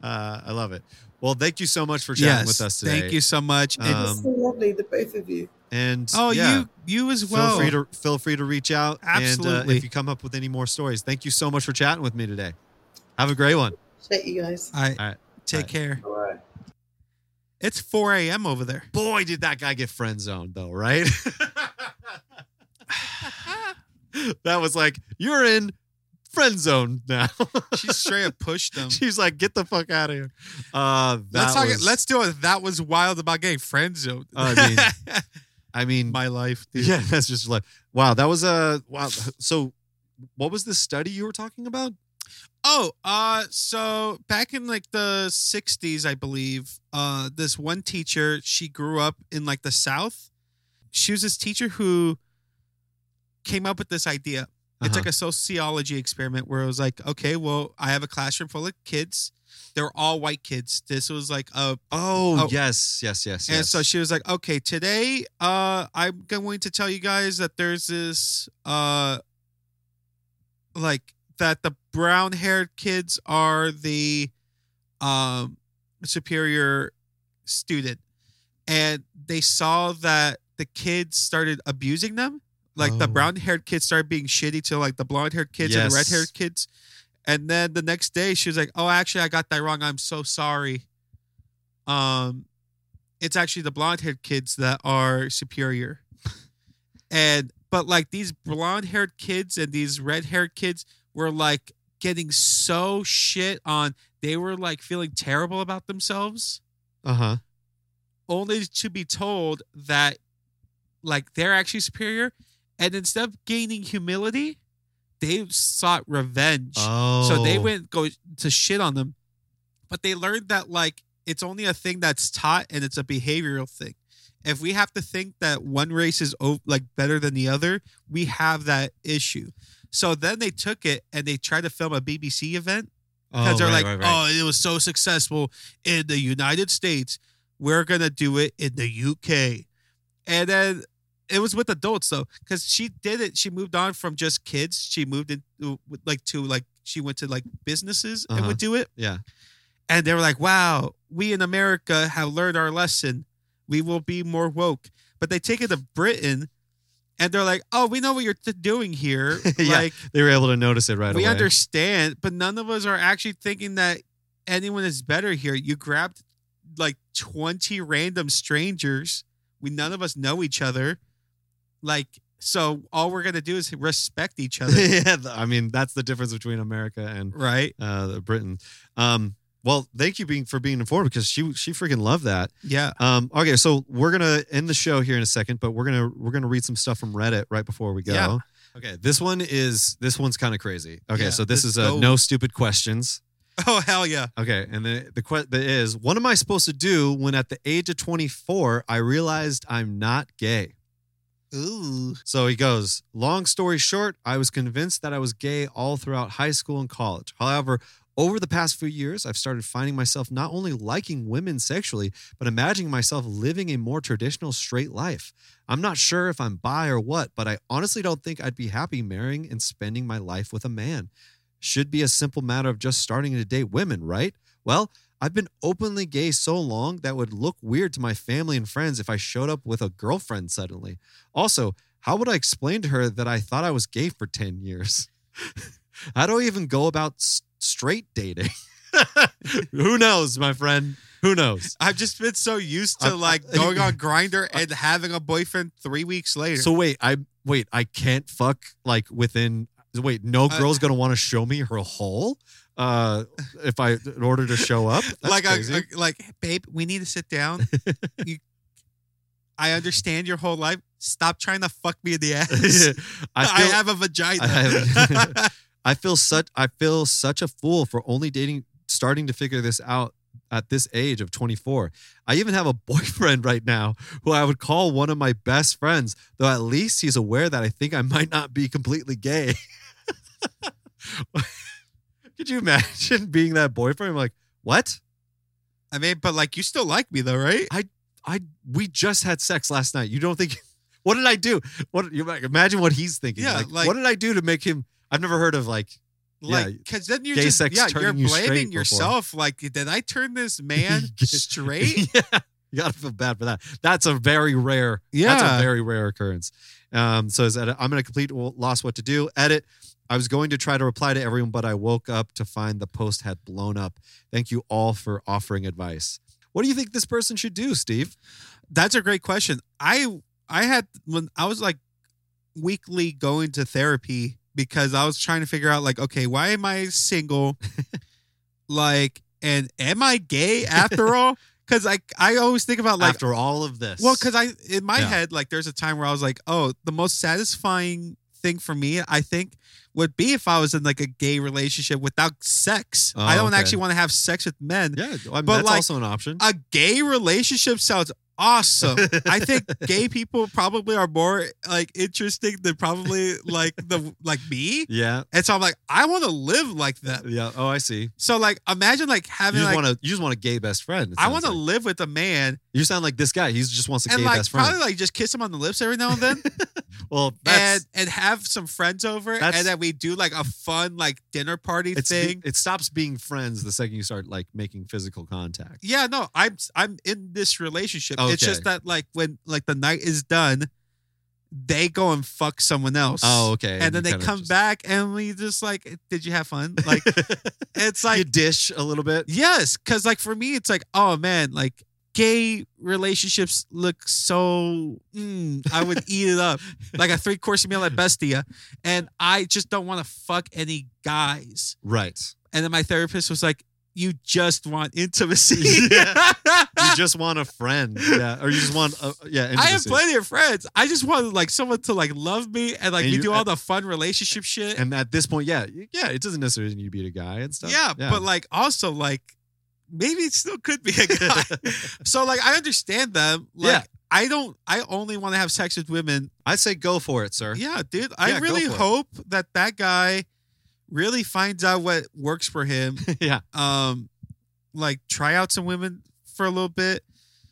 S3: Uh, I love it. Well, thank you so much for chatting
S5: Yes.
S3: with us today.
S5: Thank you so much. And-
S3: Um,
S9: It's so lovely, the both of you.
S3: And
S5: oh,
S3: yeah,
S5: you you as
S3: feel
S5: well.
S3: free to feel free to reach out. And uh,
S5: Absolutely.
S3: if you come up with any more stories, thank you so much for chatting with me today. Have a great one.
S9: Shit, you guys.
S5: All right.
S3: All right.
S5: Take
S3: Bye.
S5: care.
S11: All right.
S5: It's 4 a.m. over there.
S3: Boy, did that guy get friend zoned though, right? that was like you're in friend zone now.
S5: She straight up pushed them.
S3: She's like, get the fuck out of here. Uh, that
S5: Let's talk.
S3: was-
S5: let's do it. That was wild about getting friend zoned.
S3: I I mean,
S5: my life. Dude. uh,
S3: yeah, that's just like wow. That was a wow. So, what was this study you were talking about?
S5: Oh, uh, so back in like the '60s, I believe, uh, this one teacher she grew up in like the South. She was this teacher who came up with this idea. It's
S3: Uh-huh.
S5: like a sociology experiment where it was like, okay, well, I have a classroom full of kids. They're all white kids. This was like a
S3: Oh,
S5: Oh.
S3: yes, yes, yes.
S5: And
S3: yes.
S5: so she was like, "Okay, today uh I'm going to tell you guys that there's this uh like that the brown-haired kids are the um superior student." And they saw that the kids started abusing them. Like the
S3: Oh.
S5: brown-haired kids started being shitty to like the blonde-haired kids and
S3: Yes.
S5: the red-haired kids. And then the next day she was like, "Oh, actually I got that wrong. I'm so sorry." Um it's actually the blonde-haired kids that are superior. and but like these blonde-haired kids and these red-haired kids were like getting so shit on. They were like feeling terrible about themselves
S3: Uh huh.
S5: only to be told that like they're actually superior and instead of gaining humility they sought revenge
S3: Oh.
S5: so they went go to shit on them but they learned that like it's only a thing that's taught and it's a behavioral thing if we have to think that one race is o- like better than the other we have that issue so then they took it and they tried to film a bbc event because they're like, oh, it was so successful in the United States. We're gonna do it in the UK, and then it was with adults though, because she did it. She moved on from just kids. She moved into like to like she went to like businesses and
S3: Uh-huh.
S5: would do it.
S3: Yeah.
S5: and they were like, wow, we in America have learned our lesson. We will be more woke. But they take it to Britain, and they're like, oh, we know what you're t- doing here.
S3: Yeah.
S5: Like
S3: they were able to notice it right
S5: we
S3: away.
S5: understand, but none of us are actually thinking that anyone is better here. You grabbed like 20 random strangers. We none of us know each other. Like, so all we're gonna do is respect each other.
S3: yeah, th- I mean that's the difference between America and
S5: right?
S3: uh, the Britain. Um, well, thank you being for being informed because she she freaking loved that.
S5: Yeah.
S3: Um, okay, so we're gonna end the show here in a second, but we're gonna we're gonna read some stuff from Reddit right before we go.
S5: Yeah.
S3: Okay, this one is this one's kind of crazy. Okay,
S5: Yeah,
S3: so this
S5: let's
S3: is uh,
S5: go.
S3: no stupid questions.
S5: Oh hell yeah.
S3: Okay, and the the question is, what am I supposed to do when at the age of 24 I realized I'm not gay?
S5: Ooh.
S3: So he goes, long story short, I was convinced that I was gay all throughout high school and college. However, over the past few years, I've started finding myself not only liking women sexually, but imagining myself living a more traditional straight life. I'm not sure if I'm bi or what, but I honestly don't think I'd be happy marrying and spending my life with a man. Should be a simple matter of just starting to date women, right? Well, I've been openly gay so long that would look weird to my family and friends if I showed up with a girlfriend suddenly. Also, how would I explain to her that I thought I was gay for 10 years? How do I even go about s- straight dating? Who knows, my friend? Who knows?
S5: I've just been so used
S3: I-
S5: to like going on grinder and having a boyfriend three weeks later.
S3: So wait, I wait, I can't fuck like within wait, no
S5: Uh,
S3: girl's gonna want to show me her hole uh if I in order to show up. That's
S5: like I,
S3: crazy.
S5: I- like babe we need to sit down you, i understand your whole life stop trying to fuck me in the ass
S3: I
S5: I,
S3: feel-
S5: have a vagina
S3: I have- I feel such I feel such a fool for only dating starting to figure this out at this age of 24. I even have a boyfriend right now who I would call one of my best friends, though at least he's aware that I think I might not be completely gay. Could you imagine being that boyfriend? I'm like, what?
S5: I mean but like you still like me though right
S3: I we just had sex last night. You don't think what did I do? What you imagine what he's thinking?
S5: Yeah,
S3: like,
S5: like-
S3: what did I do to make him I've never heard of like Yeah.
S5: like because then you're
S3: Gay
S5: just
S3: sex
S5: yeah you're
S3: turning you straight
S5: blaming
S3: before.
S5: yourself like did i turn this man straight
S3: yeah. You gotta feel bad for that. That's a very rare. That's
S5: Yeah.
S3: a very rare occurrence. Um, so is that I'm gonna complete lost what to do. Edit. I was going to try to reply to everyone, but I woke up to find the post had blown up. Thank you all for offering advice. What do you think this person should do, Steve?
S5: that's a great question i i had when i was like weekly going to therapy because i was trying to figure out like okay why am i single like and am i gay after all because like i always think about like
S3: After all of this,
S5: well because i in my
S3: Yeah.
S5: head like there's a time where i was like oh the most satisfying thing for me i think would be if i was in like a gay relationship without sex
S3: Oh,
S5: i don't
S3: okay.
S5: actually want to have sex with men
S3: yeah, I mean,
S5: but,
S3: that's
S5: like,
S3: also an option.
S5: a gay relationship sounds awesome. I think gay people probably are more like interesting than probably like the like me.
S3: yeah,
S5: And so I'm like, I want to live like that.
S3: yeah. Oh, I see.
S5: So like, imagine like
S3: you
S5: having
S3: just
S5: like
S3: want to. You just want a gay best friend. it
S5: I
S3: sounds
S5: want to
S3: like.
S5: live with a man
S3: You sound like this guy. He just wants a
S5: and
S3: gay
S5: like
S3: best friend.
S5: probably like just kiss him on the lips every now and then,
S3: well, that's,
S5: and and have some friends over,
S3: That's-
S5: and then we do like a fun like dinner party
S3: it's,
S5: thing.
S3: It stops being friends the second you start like making physical contact.
S5: yeah, no, I'm I'm in this relationship. It's
S3: Okay.
S5: just that like when like the night is done, they go and fuck someone else.
S3: Oh, okay.
S5: And then
S3: You
S5: they
S3: kinda
S5: come
S3: just-
S5: back and we just like, did you have fun? Like, it's like,
S3: you dish a little bit.
S5: yes. Cause like for me, it's like, oh man, like gay relationships look so, mm, I would eat it up. Like a three course meal at Bestia. And I just don't want to fuck any guys.
S3: Right.
S5: And then my therapist was like, "You just want intimacy.
S3: Yeah. You just want a friend. Yeah. Or you just want, a, yeah.
S5: I have
S3: intimacy.
S5: plenty of friends. I just wanted like someone to like love me and like
S3: And
S5: we
S3: you-
S5: do all the fun relationship shit.
S3: And at this point, yeah. Yeah. It doesn't necessarily need to be a guy and stuff.
S5: yeah, but like also like maybe it still could be a guy. so like I understand them. Like
S3: Yeah.
S5: I don't. I only want to have sex with women.
S3: I say go for it, sir.
S5: Yeah, dude.
S3: Yeah,
S5: I
S3: go
S5: really
S3: for it.
S5: hope that that guy really finds out what works for him.
S3: yeah.
S5: Um, like try out some women for a little bit.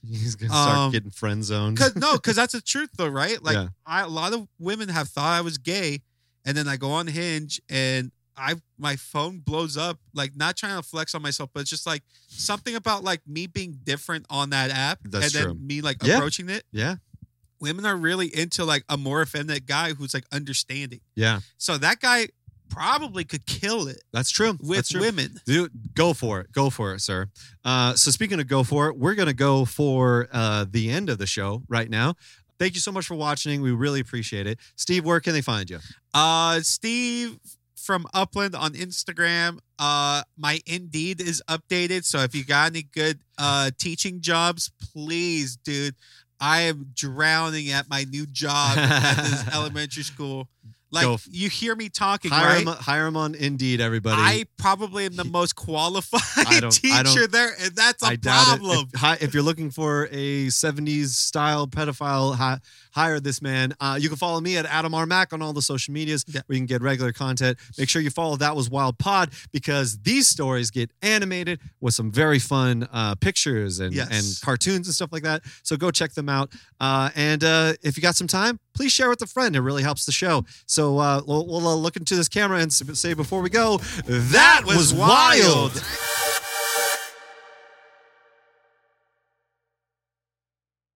S3: He's going to start
S5: Um,
S3: getting friend zoned.
S5: Cause no, cause that's the truth though, right? Like
S3: Yeah.
S5: I, a lot of women have thought I was gay, and then I go on Hinge and I my phone blows up. Like not trying to flex on myself, but it's just like something about like me being different on that app,
S3: That's
S5: and
S3: true.
S5: then me like
S3: Yeah.
S5: approaching it.
S3: Yeah.
S5: Women are really into like a more effeminate guy who's like understanding.
S3: Yeah.
S5: So that guy probably could kill it
S3: That's true.
S5: with
S3: That's true.
S5: women.
S3: Dude, go for it. Go for it, sir. Uh, so, speaking of go for it, we're going to go for uh, the end of the show right now. Thank you so much for watching. We really appreciate it. Steve, where can they find you?
S5: Uh, Steve from Upland on Instagram. Uh, my Indeed is updated, so if you got any good uh teaching jobs, please, dude. I am drowning at my new job at this elementary school. Like
S3: Go f-
S5: you hear me talking,
S3: Hire, him,
S5: right?
S3: hire him on Indeed, everybody.
S5: I probably am the most qualified
S3: I don't- I don't-
S5: teacher there, and that's a
S3: I doubt it.
S5: problem.
S3: If, hi- if you're looking for a 70s style pedophile, hi, hire this man. Uh, you can follow me at Adam R. Mack on all the social medias
S5: Yeah.
S3: where you can get regular content. Make sure you follow That Was Wild Pod because these stories get animated with some very fun uh, pictures and,
S5: Yes.
S3: and cartoons and stuff like that. So go check them out. Uh, and uh, if you got some time, please share with a friend. It really helps the show. So uh, we'll, we'll uh, look into this camera and s- say before we go, that, was, wild.